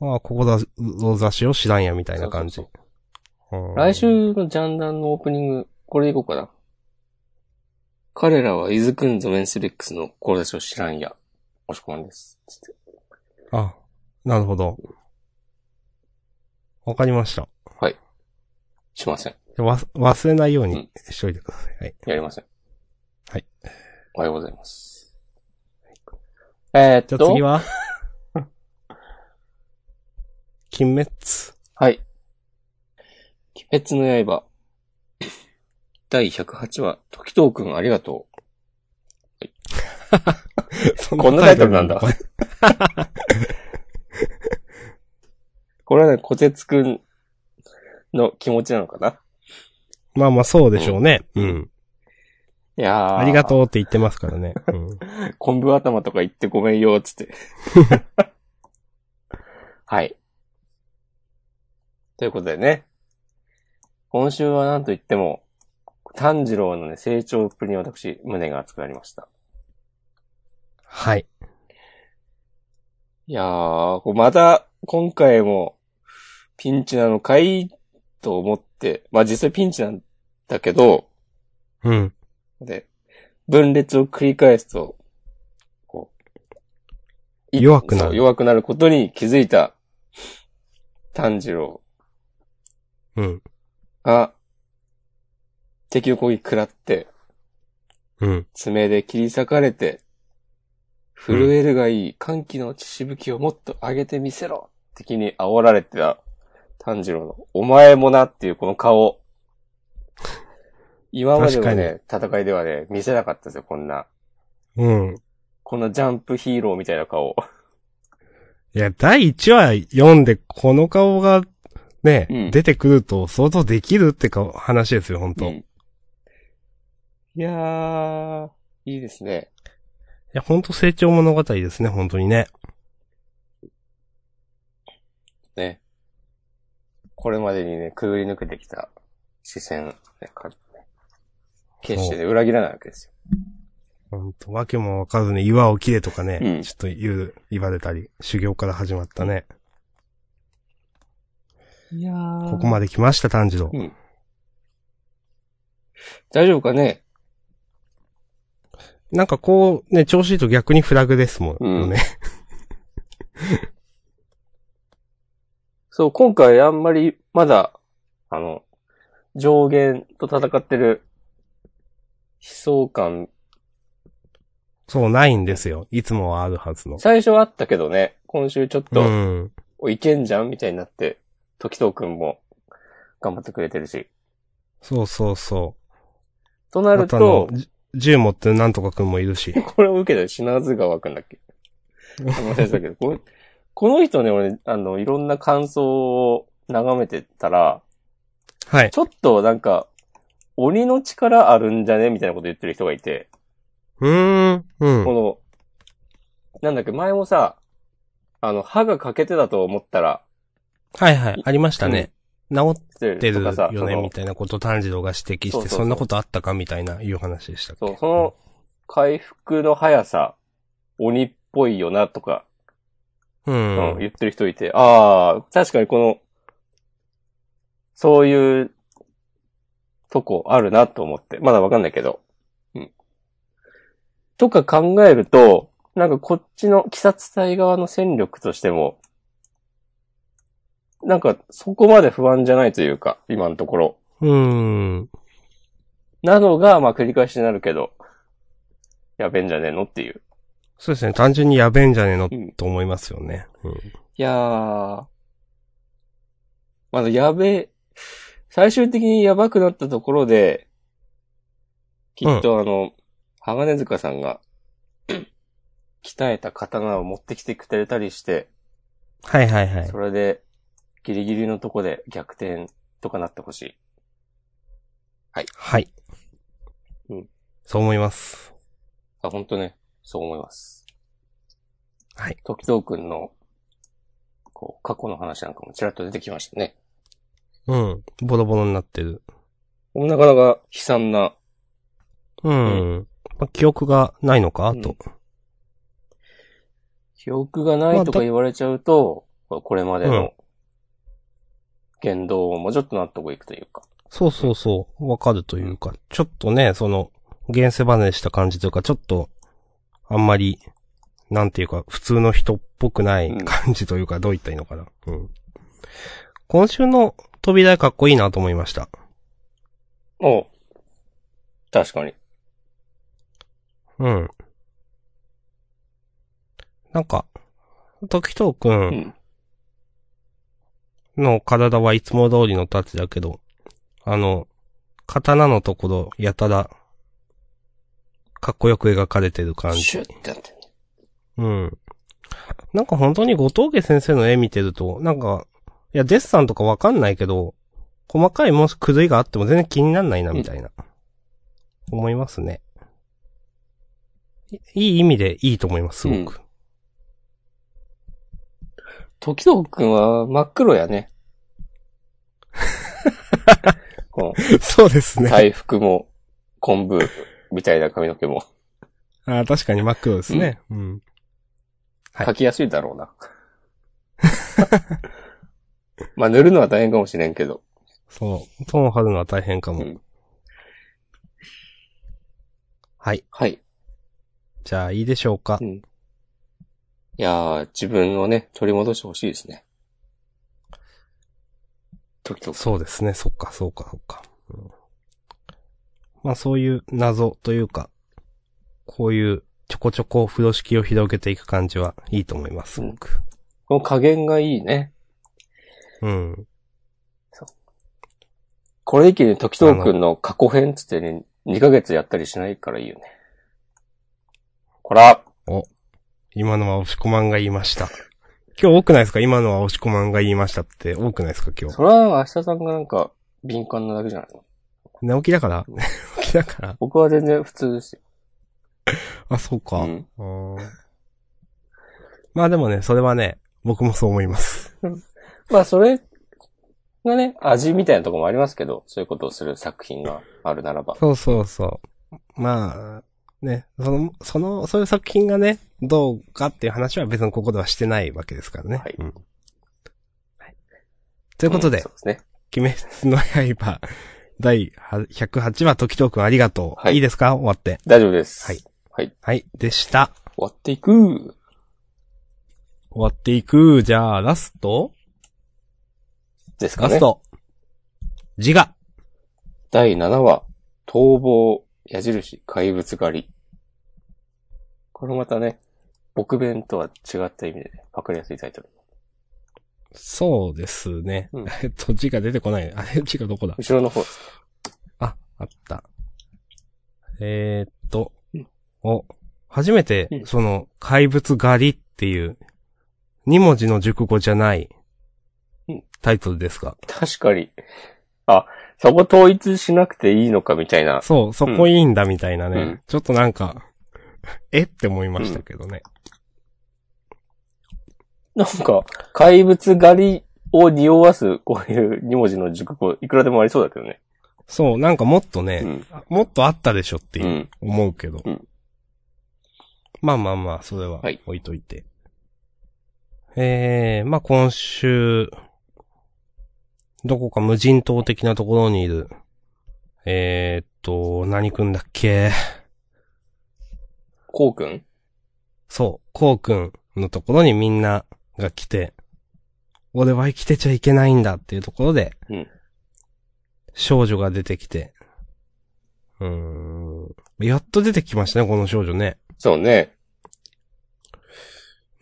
B: ああ、志を知らんや、みたいな感じ
A: そう。
B: うん
A: 来週のジャンダンのオープニング、これでいこうかな。彼らは伊豆くんのメンスル X の志を知らんや。おしこまんです。つって
B: あ、なるほど。わかりました。
A: しません。
B: わ忘れないよう
A: うん
B: にしといてください。はい。
A: やりません。
B: はい。
A: おはようございます。えー、っ
B: じゃ
A: と。
B: あ次は 金滅。
A: はい。鬼滅の刃。第108話、時藤くんありがとう。
B: そ
A: こんなタイトルなんだ
B: タイト
A: これはね、小鉄くんの気持ちなのかな
B: ルまあまあそうでしょうね。うん。
A: いやー。
B: ありがとうって言ってますか らね。うん。
A: う。昆布頭とか言ってごめんよ、つ って。はい。ということでね。今週はなんと言っても、炭治郎のね、成長っぷりに私、胸が熱くなりました。
B: はい。
A: いやー、こうまた、今回も、ピンチなのかいと思って、まあ実際ピンチなんだけど、
B: うん。
A: で、分裂を繰り返すと、こう、い
B: 弱くなる
A: そう弱くなることに気づいた、炭治郎
B: うん。
A: が、敵を攻撃食らって、
B: うん。
A: 爪で切り裂かれて、震えるがいい歓喜の血しぶきをもっと上げてみせろ的に煽られてた炭治郎の、お前もなっていうこの顔。今までのね、戦いではね、見せなかったですよ、こんな。
B: うん。
A: こんなジャンプヒーローみたいな顔。
B: いや、第1話読んで、この顔が、ね、
A: うん
B: 出てくると想像できるってか話ですよ、本当、
A: うん
B: い
A: いやー、いいですね。
B: や、本当成長物語ですね、本当にね。
A: ね。これまでにね、くぐり抜けてきた視線、ね、か決してね、裏切らないわけですよ。
B: 本当わけもわかずに岩を切れとかね、
A: うん
B: ちょっと言う、言われたり、修行から始まったね。
A: いや
B: ここまで来ました、炭治郎。
A: うん。大丈夫かね
B: なんかこう、ね、調子いいと逆にフラグですもん、
A: うん
B: ね。
A: そう、今回あんまり、まだ、あの、上限と戦ってる、悲壮感、
B: そう、ないんですよ。いつもはあるはずの。
A: 最初はあったけどね、今週ちょっと、
B: うん。
A: おいけんじゃんみたいになって、時藤くんも頑張ってくれてるし。
B: そうそうそ
A: とな
B: う。
A: る
B: あと
A: と
B: あ、の、じ銃持ってるなんとかくんもい るし。
A: これを受けた品津川くんだっけ忘れてたけど、ここの人ね、俺、あの、いろんな感想を眺めてたら、
B: はい。
A: ちょっとなんか、鬼の力あるんじゃねみたいなこと言ってる人がいて、
B: うーん。うん。
A: この、なんだっけ、前もさ、あの、歯が欠けてたと思ったら、
B: はいはい。ありましたね。治っ
A: ってて
B: る
A: とかさ、
B: よ
A: そ
B: ね、
A: の
B: みたいなことを炭治郎が指摘
A: そうそう
B: して、
A: そう
B: そんなことあったかみたいな、いう話でしたっけ
A: そう、その回復の速さ、鬼っぽいよなとか、
B: うん。
A: うん、
B: うん。
A: 言ってる人いて、ああ、確かにこの、そういうとこあるなと思って、まだわかんないけど、うん。とか考えると、なんかこっちの、鬼殺隊側の戦力としても、なんかそこまで不安じゃないというか、今のところ。
B: うーん。
A: なのが、まあ繰り返しになるけど、やべえんじゃねえのっていう。
B: そうですね。単純にやべえんじゃねえの
A: うん
B: と思いますよね。うん。
A: いやー。まだやべえ、最終的にやばくなったところで、きっとあの、鋼塚さんが、鍛えた刀を持ってきてくれたりして、
B: はいはいはい
A: そ。れで、ギリギリのとこで逆転とかなってほしい。
B: はい。
A: うん
B: そう思います。
A: あ、ほんとね、そう思います。
B: はい。
A: 時藤くんの、こう、過去の話なんかもちらっと出てきましたね。
B: うん。ボロボロになってる。
A: なかなか悲惨な
B: うん。まあ、記憶がないのかあと。
A: 記憶がないとか言われちゃうと、これまで
B: うん
A: の言動もちょっと納得いくというか。
B: そうそうそう。わかるというか、ちょっとね、その、現世離れした感じというか、ちょっと、あんまり、なんていうか、普通の人っぽくない
A: うん
B: 感じというか、どう言ったらいいのかな。うん。今週の扉絵かっこいいなと思いました。
A: おう確かに。
B: うん。なんか、時藤く
A: うんん。
B: の体はいつも通りのタッチだけど、あの、刀のところ、やたら、かっこよく描かれてる感じ。
A: シュッてなってね。
B: うん。なんか本当に後藤家先生の絵見てると、なんか、いや、デッサンとかわかんないけど、細かいもし狂いがあっても全然気になんないな、みたいな。思いますね。いいい意味でいいと思います、すごく。
A: 時藤くんは真っ黒や ね。こ
B: そうです
A: う
B: ね。
A: 大服も、昆布みたいな髪の毛も、
B: あー確かに真っ黒ですね。うん。はい
A: 描きやすいだろ うな。まあ、塗るのは大変かもしれんけど。
B: そう。トーン張るのは大変かも。
A: うん
B: はい。
A: はい。
B: じゃあ、いいでしょうか
A: う。ん。いやー、自分をね、取り戻してほしいですね。時々。
B: そうですね。そっか、そうか、そっか。うんまあ、そういう謎というか、こういうちょこちょこ風呂敷を広げていく感じはいいと思います、すごく。
A: この加減がいいね。
B: うん。
A: これ一気に時藤くんの過去編つってね、2ヶ月やったりしないからいいよね。こら
B: 今のは押し込まんが言いました。今日多くないですか今のは押し込まんが言いましたって多くないですか今日
A: そ。れは明日さんがなんか敏感なだけじゃないの
B: 寝起きだから 寝起きだから
A: 僕は全然普通ですよ。
B: あ、そうか。
A: うん。
B: あーまあでもね、それはね、僕もそう思います。
A: まあそれがね、味みたいなところもありますけど、そういうことをする作品があるならば。
B: そうそうそう。まあ、ね、その、その、そういう作品がね、どうかっていう話は別にここではしてないわけですからね。
A: はい
B: うんはいということ
A: ん
B: で
A: そ、うですね。
B: 鬼滅の刃、第108話、時藤くんありがとう。
A: はい
B: いいですか終わって。
A: 大丈夫です。
B: はい。
A: はい。終
B: はい、でした。
A: わっていく。
B: 終わっていく。じゃあ、ラスト
A: ですか
B: ラ
A: ね
B: ス。ト。自我。
A: 第7話、逃亡、矢印、怪物狩り。これまたね、僕弁とは違った意味で、ね、パクりやすいタイトル。
B: そうですね。
A: うん
B: えっと、字が出てこない。あれ、字がどこだ
A: 後ろの方です。
B: あ、あった。えー、っと
A: うん、
B: お、初めて
A: う、ん
B: その、怪物狩りっていう、二文字の熟語じゃない
A: うん、
B: タイトルですか。
A: 確かに。あ、そこ統一しなくていいのかみたいな。
B: そう、そこいいんだみたいなね。
A: うん
B: ちょっとなんか、 えって思いましたけどね。
A: なんか、怪物狩りを匂わす、こういう二文字の熟語、いくらでもありそうだけどね。
B: そう、なんかもっと
A: う
B: ね、
A: ん。
B: もっとあったでしょっていうう、
A: ん。
B: 思うけど。
A: うん
B: まあまあまあ、それは
A: はい
B: 置いといて。えー、まあ今週、どこか無人島的なところにいる、えーっと、何くんだっけ
A: こうくん
B: そう、こうくんのところにみんなが来て、俺は生きてちゃいけないんだっていうところで、
A: うん
B: 少女が出てきて、うーん、やっと出てきましたね、この少女ね。
A: そうね。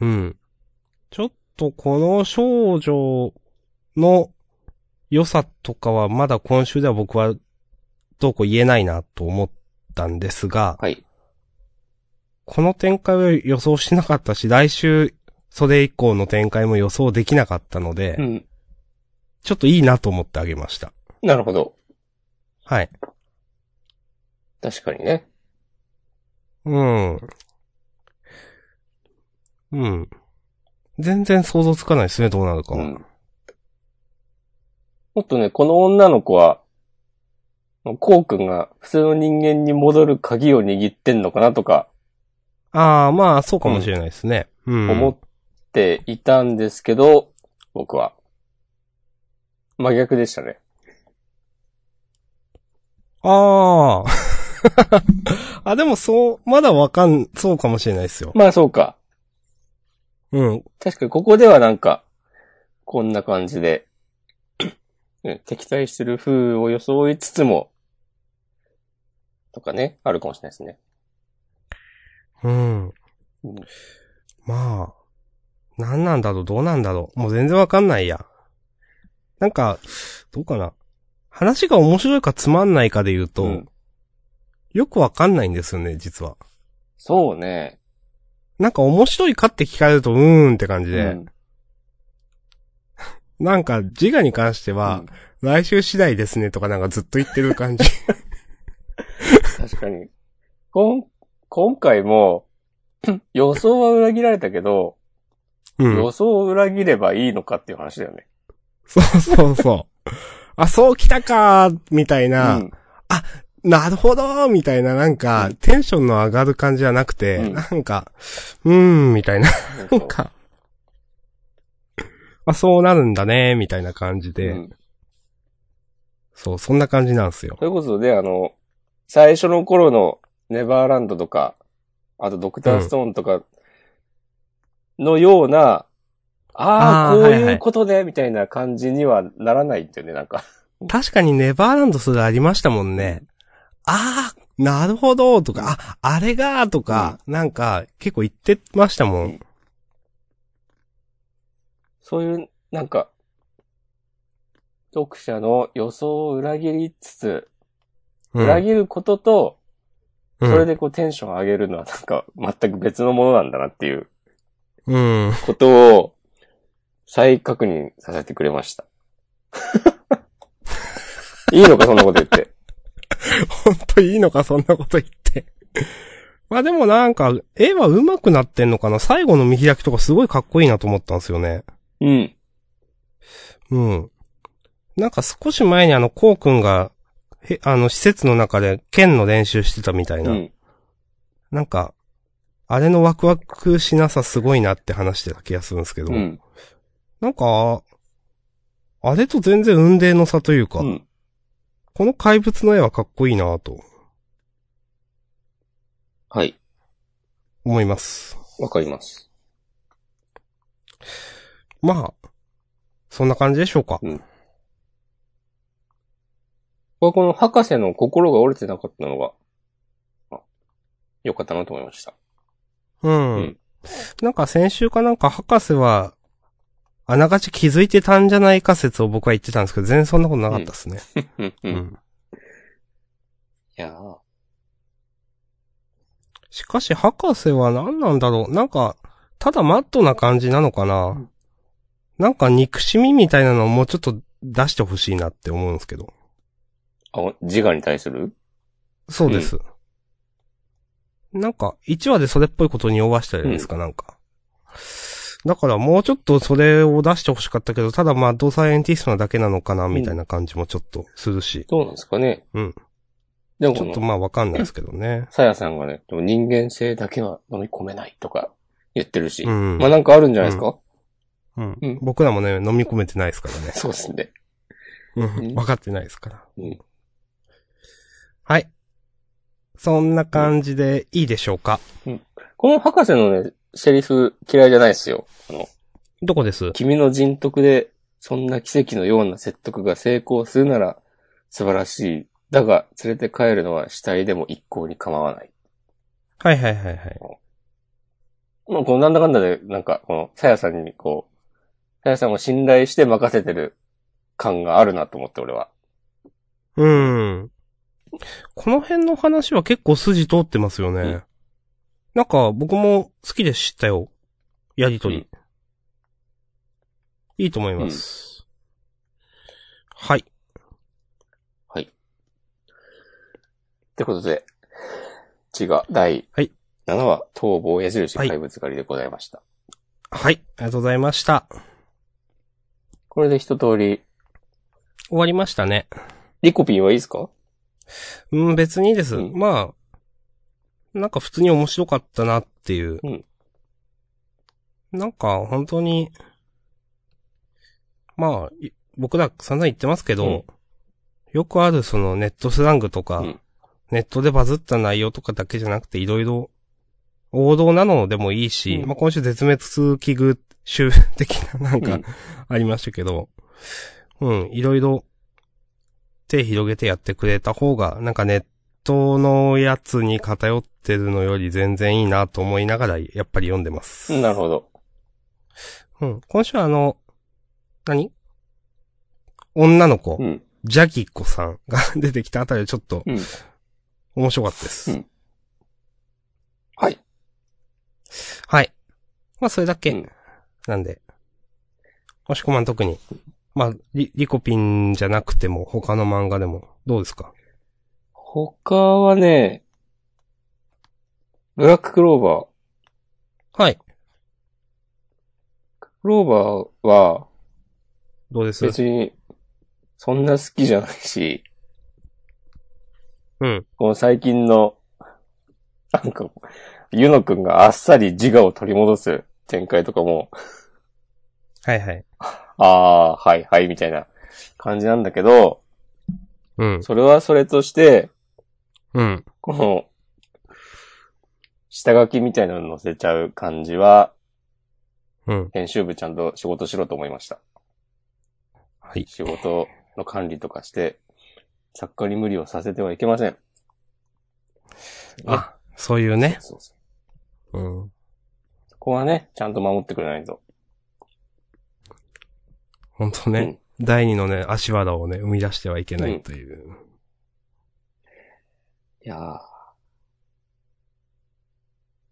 B: うん。ちょっとこの少女の良さとかはまだ今週では僕はどうこう言えないなと思ったんですが、
A: はい。
B: この展開は予想してなかったし、来週それ以降の展開も予想できなかったので、
A: うん。
B: ちょっといいなと思ってあげました。
A: なるほど。
B: はい。
A: 確かにね。
B: うん。うん。全然想像つかないですね、どうなるか
A: う
B: は。
A: ん。もっとね、この女の子は、こうくんが普通の人間に戻る鍵を握ってんのかなとか
B: ああ、まあ、そうかもしれないですね。うん。
A: 思っていたんですけど、僕は。真逆でしたね。
B: あ あ。あ、でもそう、まだわかん、そうかもしれないですよ。
A: まあそうか。
B: うん。
A: 確かにここではなんか、こんな感じで、 うん敵対してる風を装いつつも、とかね、あるかもしれないですね。
B: うん。
A: うん
B: まあ、なんなんだろう、どうなんだろう。もう全然わかんないや。なんか、どうかな。話が面白いかつまんないかで言うと、
A: うん
B: よくわかんないんですよね、実は。
A: そうね。
B: なんか面白いかって聞かれると、うーんって感じで。
A: うん
B: なんか、自我に関しては、来週次第ですねとかなんかずっと言ってる 感じ。
A: 確かに。こん、今回も、 予想は裏切られたけど、
B: うん
A: 予。想を裏切ればいいのかっていう話だよね。
B: そうそうそう。あ、そう来たかーみたいな、
A: うん
B: なるほどーみたいな、なんか、
A: うん
B: テンションの上がる感じじゃなくて、
A: うん
B: なんか、うーん、みたいな、
A: そ
B: な
A: うん
B: か、あ、そうなるんだねーみたいな感じで、
A: うん
B: そう、そんな感じなんですよ。
A: ということで、あの、最初の頃のネバーランドとか、あとドクターストーンとかのような、ああ、
B: あー
A: こう
B: はいはいいう
A: ことで、みたいな感じにはならないんだよね、なんか。
B: 確かにネバーランドそれありましたもんね。あー、なるほどーとか、あ、あれがーとか、なんか、結構言ってましたもん。
A: そういう、なんか、読者の予想を裏切りつつ、
B: うん、
A: 裏切ることと、
B: うん
A: それでこうテンション上げるのはなんか全く別のものなんだなっていう
B: うん。
A: ことを再確認させてくれま した。いいのか、そんなこと言って。
B: 本当いいのか、そんなこと言って。まあでもなんか、絵は上手くなってんのかな最後の見開きとかすごいかっこいいなと思ったんですよね。
A: うん。
B: うん。なんか少し前にあの、こうくんが、へ、あの、施設の中で剣の練習してたみたいうな。
A: ん。
B: なんか、あれのワクワクしなさすごいなって話してた気がするんですけど。
A: うん。
B: なんか、あれと全然運命の差というか、
A: うん。
B: この怪物の絵はかっこいいなと
A: はい。
B: 思います。
A: わかります。
B: まあ、そんな感じでしょうか。
A: 僕はこの博士の心が折れてなかったのが、あよかったなと思いました。
B: うん。
A: うん
B: なんか先週かなんか博士は、あながち気づいてたんじゃないか説を僕は言ってたんですけど、全然そんなことなかったですね。
A: うん。う。
B: うん
A: い
B: ん
A: やー
B: しかし博士は何なんだろうなんか、ただマットな感じなのかな、
A: ん
B: なんか憎しみみたいなのをもうちょっと出してほしいなって思うんですけど。
A: あ、自我に対する
B: そうです。なんか、1話でそれっぽいことに弱したじゃないですか、なんか。だからもうちょっとそれを出してほしかったけど、ただまあ、ドサイエンティストなだけなのかな、みたいな感じもちょっとするし。
A: どうなんですかね。
B: うん。
A: でも
B: ち
A: こ
B: ょっと
A: の、
B: まあわかんないですけどね。
A: さやさんがね、でも人間性だけは飲み込めないとか言ってるし、
B: うん
A: まあ。なんかあるんじゃないですか、
B: うん
A: うん
B: 僕らもね、飲み込めてないですから ね。
A: そうですね。
B: うん。
A: うん
B: わかってないですから。
A: うん
B: はい。そんな感じでいいでしょうか。
A: この博士のね、セリフ嫌いじゃないですよ。あの、
B: どこです
A: 君の人徳で、そんな奇跡のような説得が成功するなら素晴らしい。だが、連れて帰るのは死体でも一向に構わない。
B: はいはいはいはい。
A: まあ、このなんだかんだで、なんか、この、さやさんにこう、さやさんを信頼して任せてる感があるなと思って、俺は。
B: うん。この辺の話は結構筋通ってますよね。
A: うん
B: なんか僕も好きでしたよ。やりとり。
A: うん
B: いいと思います。はい。
A: ってことで、ちが第
B: はい
A: 7話、逃亡矢印怪物狩りでございました。
B: はい。ありがとうございました。
A: これで一通り、
B: 終わりましたね。
A: リコピンはいいですか
B: うん、別にいいです。
A: うん
B: まあ、なんか普通に面白かったなっていう。
A: うん
B: なんか本当に、まあ、い僕ら散々言ってますけど、
A: うん
B: よくあるそのネットスラングとか、
A: うん
B: ネットでバズった内容とかだけじゃなくていろいろ王道なのでもいいし、
A: うん
B: まあ今週絶滅危惧種的ななんか、
A: うん
B: ありましたけど、うん、いろいろ手広げてやってくれた方が、なんかネットのやつに偏ってるのより全然いいなと思いながら、やっぱり読んでます。
A: なるほど。
B: うん。今週はあの、何女の子、
A: うん。
B: ジャキッコさんが出てきたあたりはちょっと
A: うん。
B: 面白かったです。
A: うんはい。
B: はい。まあそれだけ。
A: うん
B: なんで。押し込まん特に。まあ、リ、リコピンじゃなくても、他の漫画でも、どうですか
A: 他はね、ブラッククローバー。
B: はい。
A: クローバーは
B: どうです
A: 別にそんな好きじゃないし、
B: うん。
A: この最近の、なんか、ユノくんがあっさり自我を取り戻す展開とかも、
B: はいはい。
A: あー、はいはい、みたいな感じなんだけど、
B: うん。
A: それはそれとして、
B: うん。
A: この、下書きみたいなの載せちゃう感じは、
B: うん。
A: 編集部ちゃんと仕事しろと思いました。
B: はい。
A: 仕事の管理とかして、作家に無理をさせてはいけません。
B: あ、そういうね。
A: そうそう。
B: うん。
A: そこはね、ちゃんと守ってくれないと。
B: ほんとね、第二のね、足技をね、生み出してはいけないという。
A: いやーい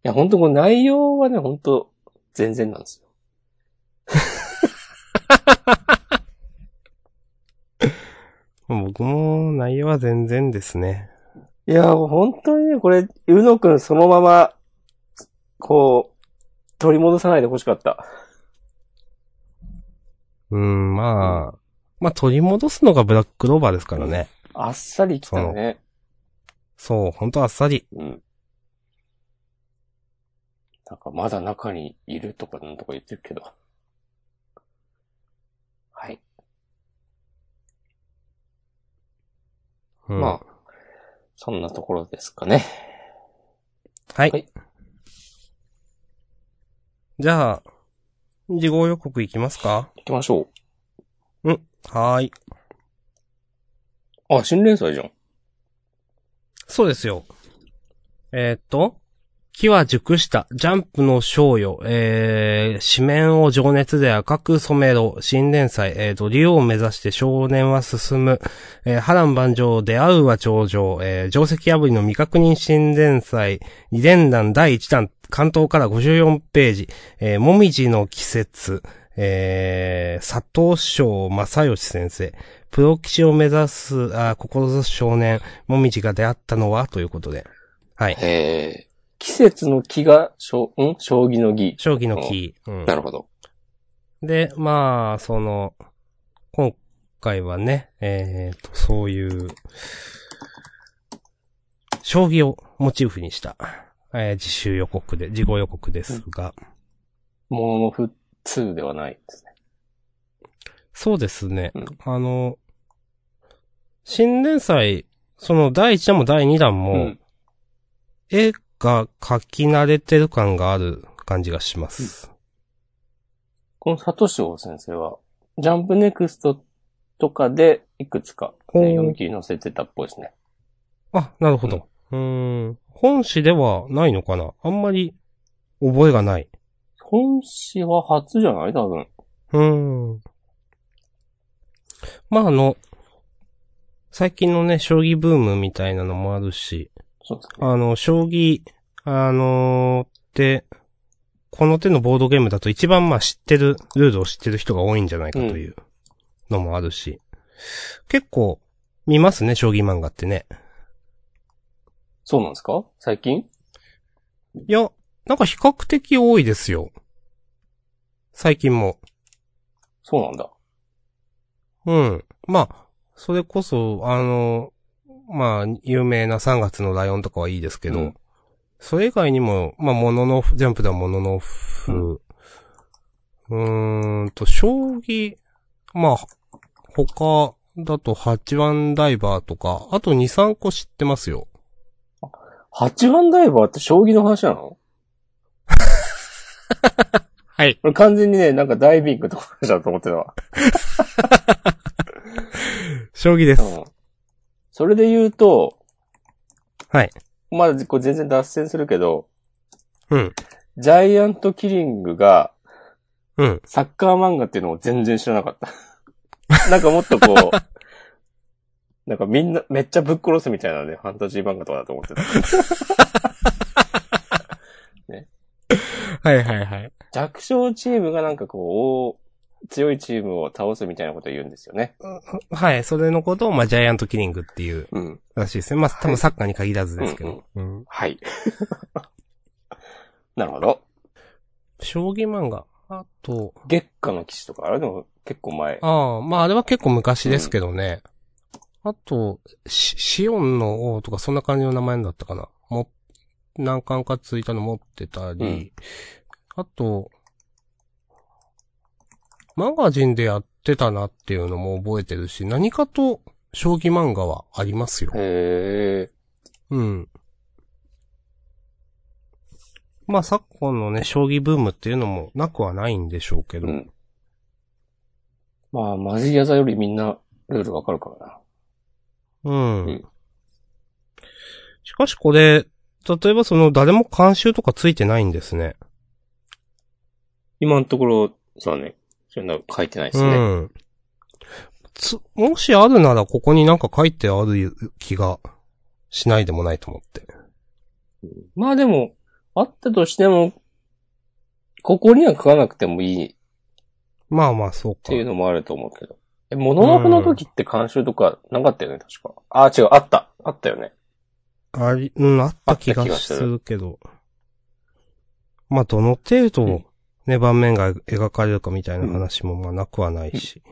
A: や、ほんとこの内容はね、ほんと、全然なんですよ。
B: 僕も内容は全然ですね。
A: いやー、もう本当にね、これ、うのくんそのまま、こう、取り戻さないでほしかった。
B: うん、まあ、まあ取り戻すのがブラッククローバーですからね。
A: あっさり来たね。
B: そう、ほんとあっさり。
A: うん。なんか、まだ中にいるとかなんとか言ってるけど。はい。
B: うん、
A: まあ、そんなところですかね。
B: はい。
A: はい
B: じゃあ、事後予告いきますか
A: 行きましょ
B: うん。はーい。
A: う。あ、新連載じゃん。
B: そうですよ。えーっと、木は熟した、ジャンプの少女、えー、紙面を情熱で赤く染めろ、新連載、えー、と、竜王を目指して少年は進む、えー波乱万丈、出会うは頂上、えー、定石破りの未確認新連載、二連弾第一弾、関東から54ページ、えー、もみじの季節、えー、佐藤翔正義先生、プロ棋士を目指す、あー、志す少年、もみじが出会ったのは、ということで。はい。
A: えー、季節の木が、しょん将棋の儀。
B: 将棋の木。うん
A: なるほど。
B: で、まあ、その、今回はね、えー、と、そういう、将棋をモチーフにした、えー、自習予告で、事後予告ですが、
A: ものの普通ではないですね。
B: そうですね、
A: うん
B: あの、新連載、その第1弾も第2弾も、
A: うん。
B: 絵が描き慣れてる感がある感じがします。
A: この佐藤翔先生は、ジャンプネクストとかでいくつか、
B: ほう
A: ね、読み切り載せてたっぽいですね。
B: あ、なるほど。うーん。本誌ではないのかなあんまり覚えがない。
A: 本誌は初じゃない多分。
B: うーん。まあ、あの、最近のね、将棋ブームみたいなのもあるし、
A: そうですね。
B: あの、将棋、あのー、で、この手のボードゲームだと一番まあ知ってる、ルールを知ってる人が多いんじゃないかというのもあるし、結構見ますね、将棋漫画ってね。
A: そうなんですか最近
B: いや、なんか比較的多いですよ。最近も。
A: そうなんだ。
B: うん。まあ、それこそ、あの、まあ、有名な3月のライオンとかはいいですけど、
A: うん
B: それ以外にも、まあ、もののふ、ジャンプではもののふ、うーんと、将棋、まあ、他だと8番ダイバーとか、あと2、3個知ってますよ。
A: 八番ダイバーって将棋の話なの
B: はい。
A: これ完全にね、なんかダイビングとかの話だと思ってたわ。
B: 将棋で
A: う
B: す。
A: ん。それで言うと、
B: はい。
A: まだこれ全然脱線するけど、
B: うん。
A: ジャイアントキリングが
B: うん。
A: サッカー漫画っていうのを全然知らなかった。 なんかもっとこう、 なんかみんなめっちゃぶっ殺すみたいなね、ファンタジー漫画とかだと思ってた。
B: はいはいはい。
A: 弱小チームがなんかこう、強いチームを倒すみたいなこと言うんですよね。
B: はい。それのことを、まあ、ジャイアントキリングっていう
A: うん。
B: らしいですね。まあ、多分サッカーに限らずですけど。うん
A: はい。 なるほど。
B: 将棋漫画。あと、
A: 月下の騎士とか、あれでも結構前。
B: ああ、まああれは結構昔ですけどね。あと、シシオンの王とかそんな感じの名前だったかな。も、何巻かついたの持ってたり、
A: うん
B: あと、マガジンでやってたなっていうのも覚えてるし、何かと将棋漫画はありますよ。
A: へえ。
B: うん。まあ昨今のね、将棋ブームっていうのもなくはないんでしょうけど。
A: うん。まあ、マジギャザよりみんなルールわかるからな。
B: うん。
A: うん
B: しかしこれ、例えばその誰も監修とかついてないんですね。
A: 今のところ、そうね。そういうの書いてないです
B: う
A: ね。
B: ん。つ、もしあるならここになんか書いてある気がしないでもないと思って。
A: まあでも、あったとしても、ここには書かなくてもいいっ
B: まあまあそうか
A: てい。うのもあると思うけど。え、モノノフの時って監修とかなかったよね、確か。あー、違う、あった。あったよね。
B: あり、うん、あった気
A: あっ
B: が
A: た気がす
B: す
A: る
B: るけど。まあどの程
A: うん
B: 度、ね、盤面が描かれるかみたいな話もまあなくはないし。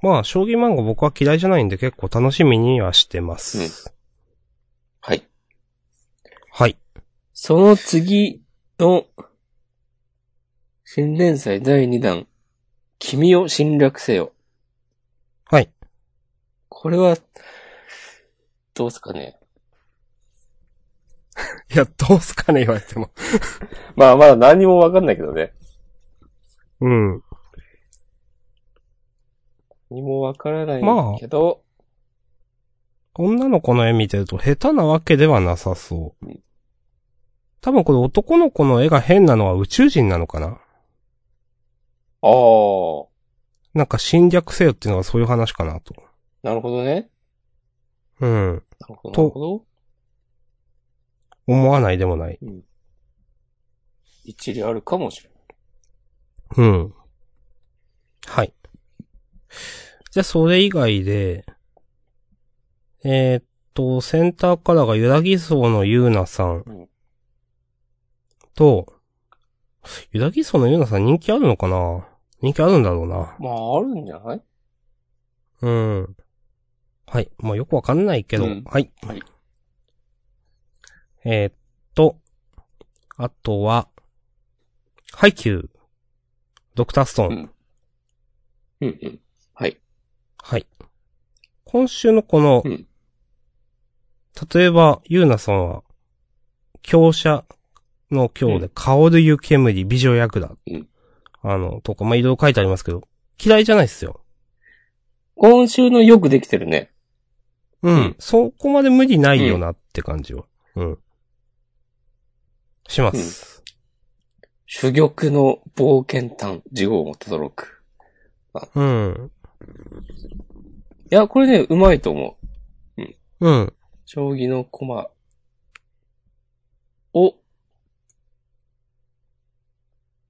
B: まあ、将棋漫画僕は嫌いじゃないんで結構楽しみにはしてます。
A: うんはい。
B: はい。
A: その次の、新連載第2弾、君を侵略せよ。
B: はい。
A: これは、どうすかね。
B: いや、どうすかね、言われても。
A: まあまだ何もわかんないけどね。
B: うん。
A: 何もわからない
B: まあ
A: けど、
B: 女の子の絵見てると下手なわけではなさそう。多分これ男の子の絵が変なのは宇宙人なのかな
A: ああ、
B: なんか侵略せよっていうのがそういう話かなと。
A: なるほどね。
B: うん。
A: なるほど。
B: と
A: なるほど
B: 思わないでもない。
A: 一理あるかもしれない。
B: うん。はい。じゃあそれ以外で、えーっと、センターカラーがゆらぎそうのゆうなさ
A: うん
B: んと、ゆらぎそうのゆうなさん人気あるのかな人気あるんだろうな。
A: まあ、あるんじゃない
B: うん。はい。まあ、よくわかんないけど、
A: うん
B: はい。
A: はい
B: えーっと、あとは、ハイキュー、ドクターストーン。
A: うんうんうん。はい。
B: はい。今週のこの、
A: うん
B: 例えば、ゆうなさんは、強者の強
A: う
B: で、香る湯煙美女役だ。
A: うん
B: あの、とか、まあ、いろいろ書いてありますけど、嫌いじゃないっすよ。
A: 今週のよくできてるね。
B: うん。
A: うん
B: そこまで無理ないよなって感じは。うん。します。
A: 主玉の冒険探、次号も轟く。
B: うん。
A: いや、これね、うまいと思う。
B: うん。
A: 将棋の駒を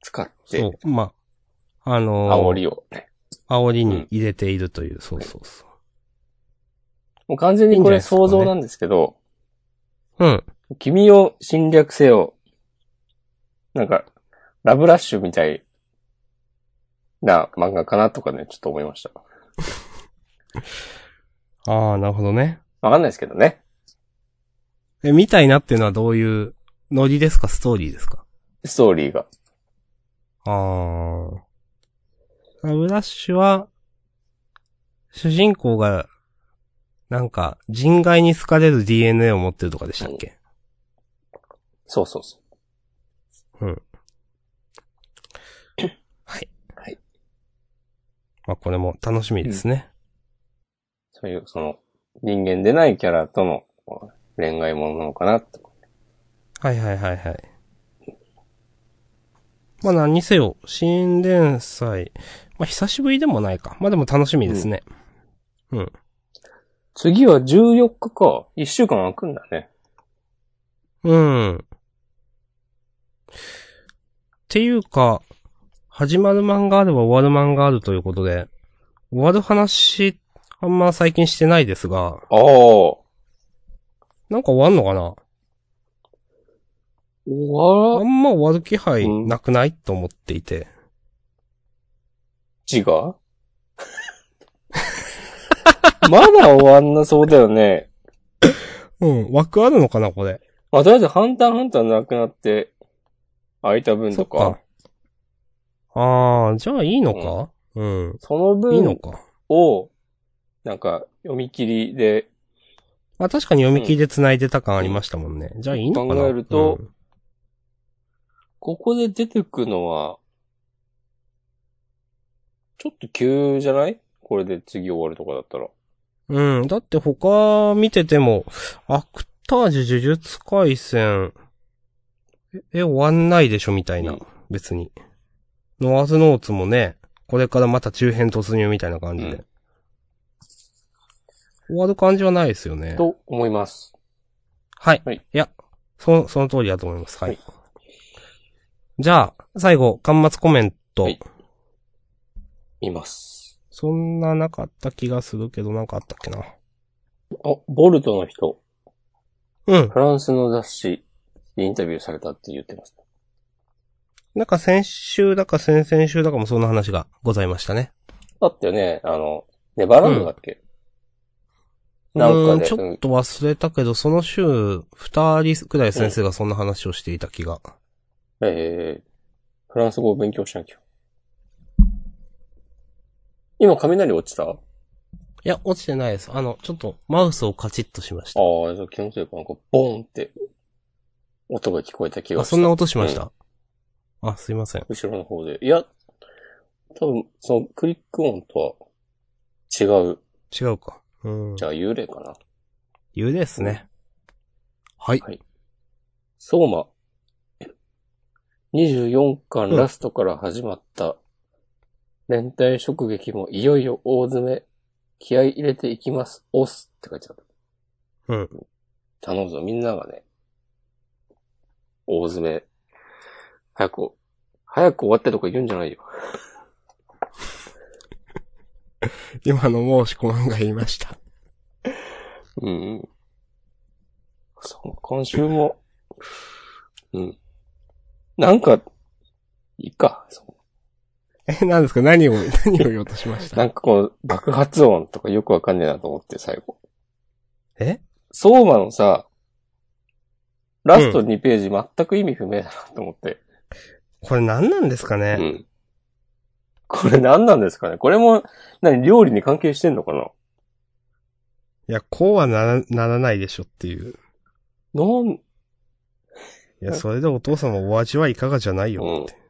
A: 使っ
B: そ
A: て、
B: う。まあ、あのー、
A: 煽りを。
B: 煽りに入れているという、そうそうそ
A: もう完全にこれ想像なんですけど、
B: う。うん。
A: 君を侵略せよ。なんか、ラブラッシュみたいな漫画かなとかね、ちょっと思いました。
B: ああ、なるほどね。
A: わかんないですけどね。
B: え、みたいなっていうのはどういうノリですかストーリーですか
A: ストーリーが。
B: あー。ラブラッシュは、主人公が、なんか、人外に好かれる DNA を持ってるとかでしたっけ
A: そうそうそう。
B: まあ、これも楽しみですね。
A: そういう、その、人間でないキャラとのこう恋愛ものなのかなと。
B: はいはいはいはい。まあ、何にせよ、新連載。まあ、久しぶりでもないか。まあ、でも楽しみですね。
A: 次は14日か。1週間空くんだね。
B: うん。っていうか、始まる漫画あれば終わる漫画あるということで、終わる話、あんま最近してないですが、
A: ああ。終
B: なんか終わんのかなあ
A: わ
B: んま終わる気配なくない、と思っていて。
A: 字が まだ終わんなそうだよね。
B: うん、枠あるのかな、これ。
A: まあ、とりあえず、ハンターハンターなくなって、空いた分とか、
B: そ
A: そ
B: っかあー、じゃあいいのか、うん、
A: の
B: いいの
A: 分
B: か。
A: を、なんか、読み切りで、
B: まあ確かに読み切りで繋いでた感ありましたもんね。じゃあいいのかな
A: 考えると
B: うん
A: ここで出てくのは、ちょっと急じゃないこれで次終わるとかだったら。
B: うん。だって他見てても、アクタージュ呪術回戦、え、え終わんないでしょみたいな、
A: うん
B: 別に。ノアーズノーツもね、これからまた中編突入みたいな感じで。
A: うん
B: 終わる感じはないですよね。
A: と思います。
B: はい。
A: はい
B: いや、その、その通りだと思います。はい。
A: はい
B: じゃあ、最後、端末コメント。
A: はい見ます。
B: そんななかった気がするけど、なんかあったっけな。
A: あ、ボルトの人、
B: うん。
A: フランスの雑誌でインタビューされたって言ってます。
B: なんか先週だか先々週だかもそんな話がございましたね。
A: だってね、あの、ネバーランドだっけ、なん
B: う
A: か
B: ん
A: ね、
B: ちょっと忘れたけど、その週、二人くらい先生がそんな話をしていた気が。
A: えー、フランス語を勉強しなきゃ。今、雷落ちたああ、
B: いや、落ちてないです。あの、ちょっとマウスをカチッとしました。
A: じゃあ気のせいかなんか、ボーンって、音が聞こえた気
B: あ、
A: がした。
B: そんな音しました。あ、すいません。
A: 後ろの方で。いや、多分、その、クリック音とは違う。
B: 違うか。うん
A: じ。ゃあ、幽霊かな。
B: 言うですね。はい。
A: 相馬。24巻ラストから始まった、連帯職撃もいよいよ大詰め、気合い入れていきます、オスって書いてある。
B: うん。
A: 頼むぞ、みんながね、大詰め、早く、早く終わってとか言うんじゃないよ。
B: 今の申し込まんが言いました。
A: うん。そう、今週も、うん。なんか、いいか、そう
B: え、何ですか何を、 何を言おうとしまし
A: なんかこう、爆発音とかよくわかんねえなと思って、最後。
B: え
A: 相馬のさ、ラスト2ページ全く意味不明だなと思って。
B: これ何なんですか
A: う
B: ね、
A: ん。これ何なんですかねこれも、何、料理に関係してんのかない
B: や、こうはならならないでしょっていう。
A: なん、
B: いや、それでお父さんもお味はいかがじゃないよって。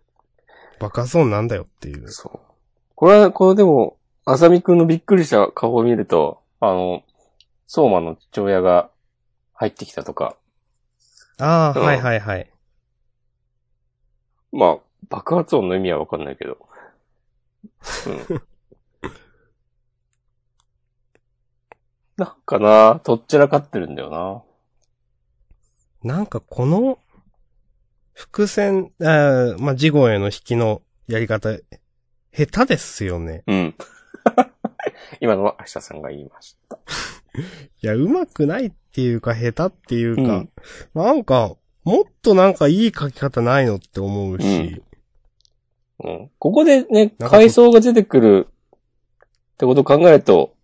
B: バカそうなんだよっていう。
A: そう。これは、これでも、あさみくんのびっくりした顔を見ると、あの、相馬の父親が入ってきたとか、
B: ああ、
A: うん
B: はいはいはい。
A: まあ、爆発音の意味はわかんないけど。うん。 なんかな、とっちらかってるんだよな。
B: なんかこの、伏線、あーまあ、事後への引きのやり方、下手ですよね。
A: うん。 今のは明日さんが言いました。
B: いや、上手くないっていうか、下手っていうか、
A: うん
B: なんか、もっとなんかいい書き方ないのって思うし、
A: うんうん。ここでね、
B: なんか
A: 階層が出てくるってことを考えると、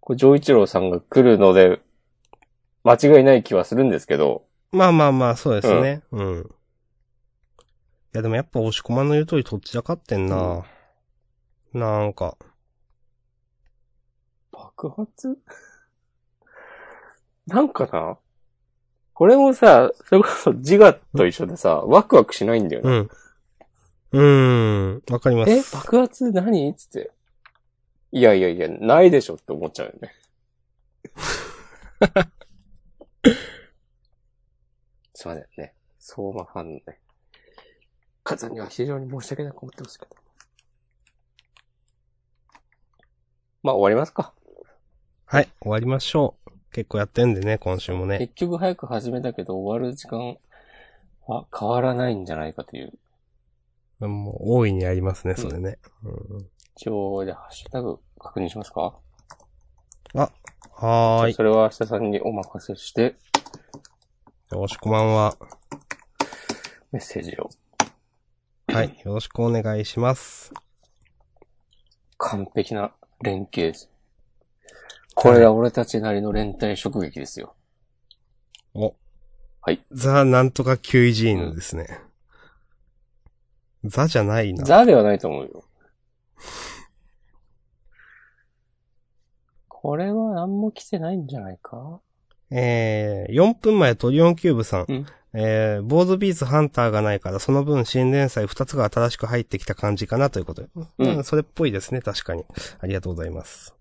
A: こう、上一郎さんが来るので、間違いない気はするんですけど、
B: まあまあまあ、そうですね。うん。いや、でもやっぱ押し込まんの言う通りとっちらかってんな、なんか、
A: 爆発 なんかなこれもさ、それこそ自我と一緒でさ、ワクワクしないんだよ
B: う
A: ね。
B: ん。うーん、わかります。
A: え、爆発何つって。いやいやいや、ないでしょって思っちゃうよね。すいませんね。相馬ファンのね。方には非常に申し訳なく思ってますけど。まあ終わりますか。
B: はい、終わりましょう。結構やってんでね、今週もね。
A: 結局早く始めたけど終わる時間は変わらないんじゃないかという。
B: もう大いにありますね、それね。うん
A: 一応、で、ハッシュタグ確認しますか
B: はーい。
A: それは明日さんにお任せして、
B: よろしくまんは。
A: メッセージを。
B: はい。よろしくお願いします。
A: 完璧な連携です。これが俺たちなりの連帯職撃ですよ。
B: お。
A: はい。
B: ザ・なんとか QEG のですね。ザじゃないな。
A: ザではないと思うよ。これは何も来てないんじゃないか
B: えー、4分前トリオンキューブさん。
A: うん
B: えー、ボードビーズハンターがないから、その分新連載2つが新しく入ってきた感じかなということで。
A: うん
B: うん、それっぽいですね、確かに。ありがとうございます。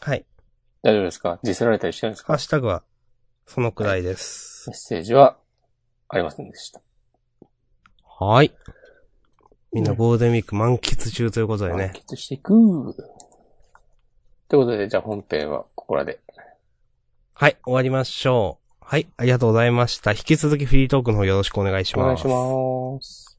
B: はい。
A: 大丈夫ですかディスられたりしてないです
B: ハッ
A: か
B: シュタグは、そのくらいです
A: メッ。セージはありませんでした。
B: はい。みんなゴールデンウィーク満喫中ということで
A: 満
B: ね。
A: 喫していく。ということで、じゃあ本編はここらで。
B: はい、終わりましょう。はい、ありがとうございました。引き続きフリートークの方よろしくお願いし
A: お願
B: ま
A: い
B: す。
A: します。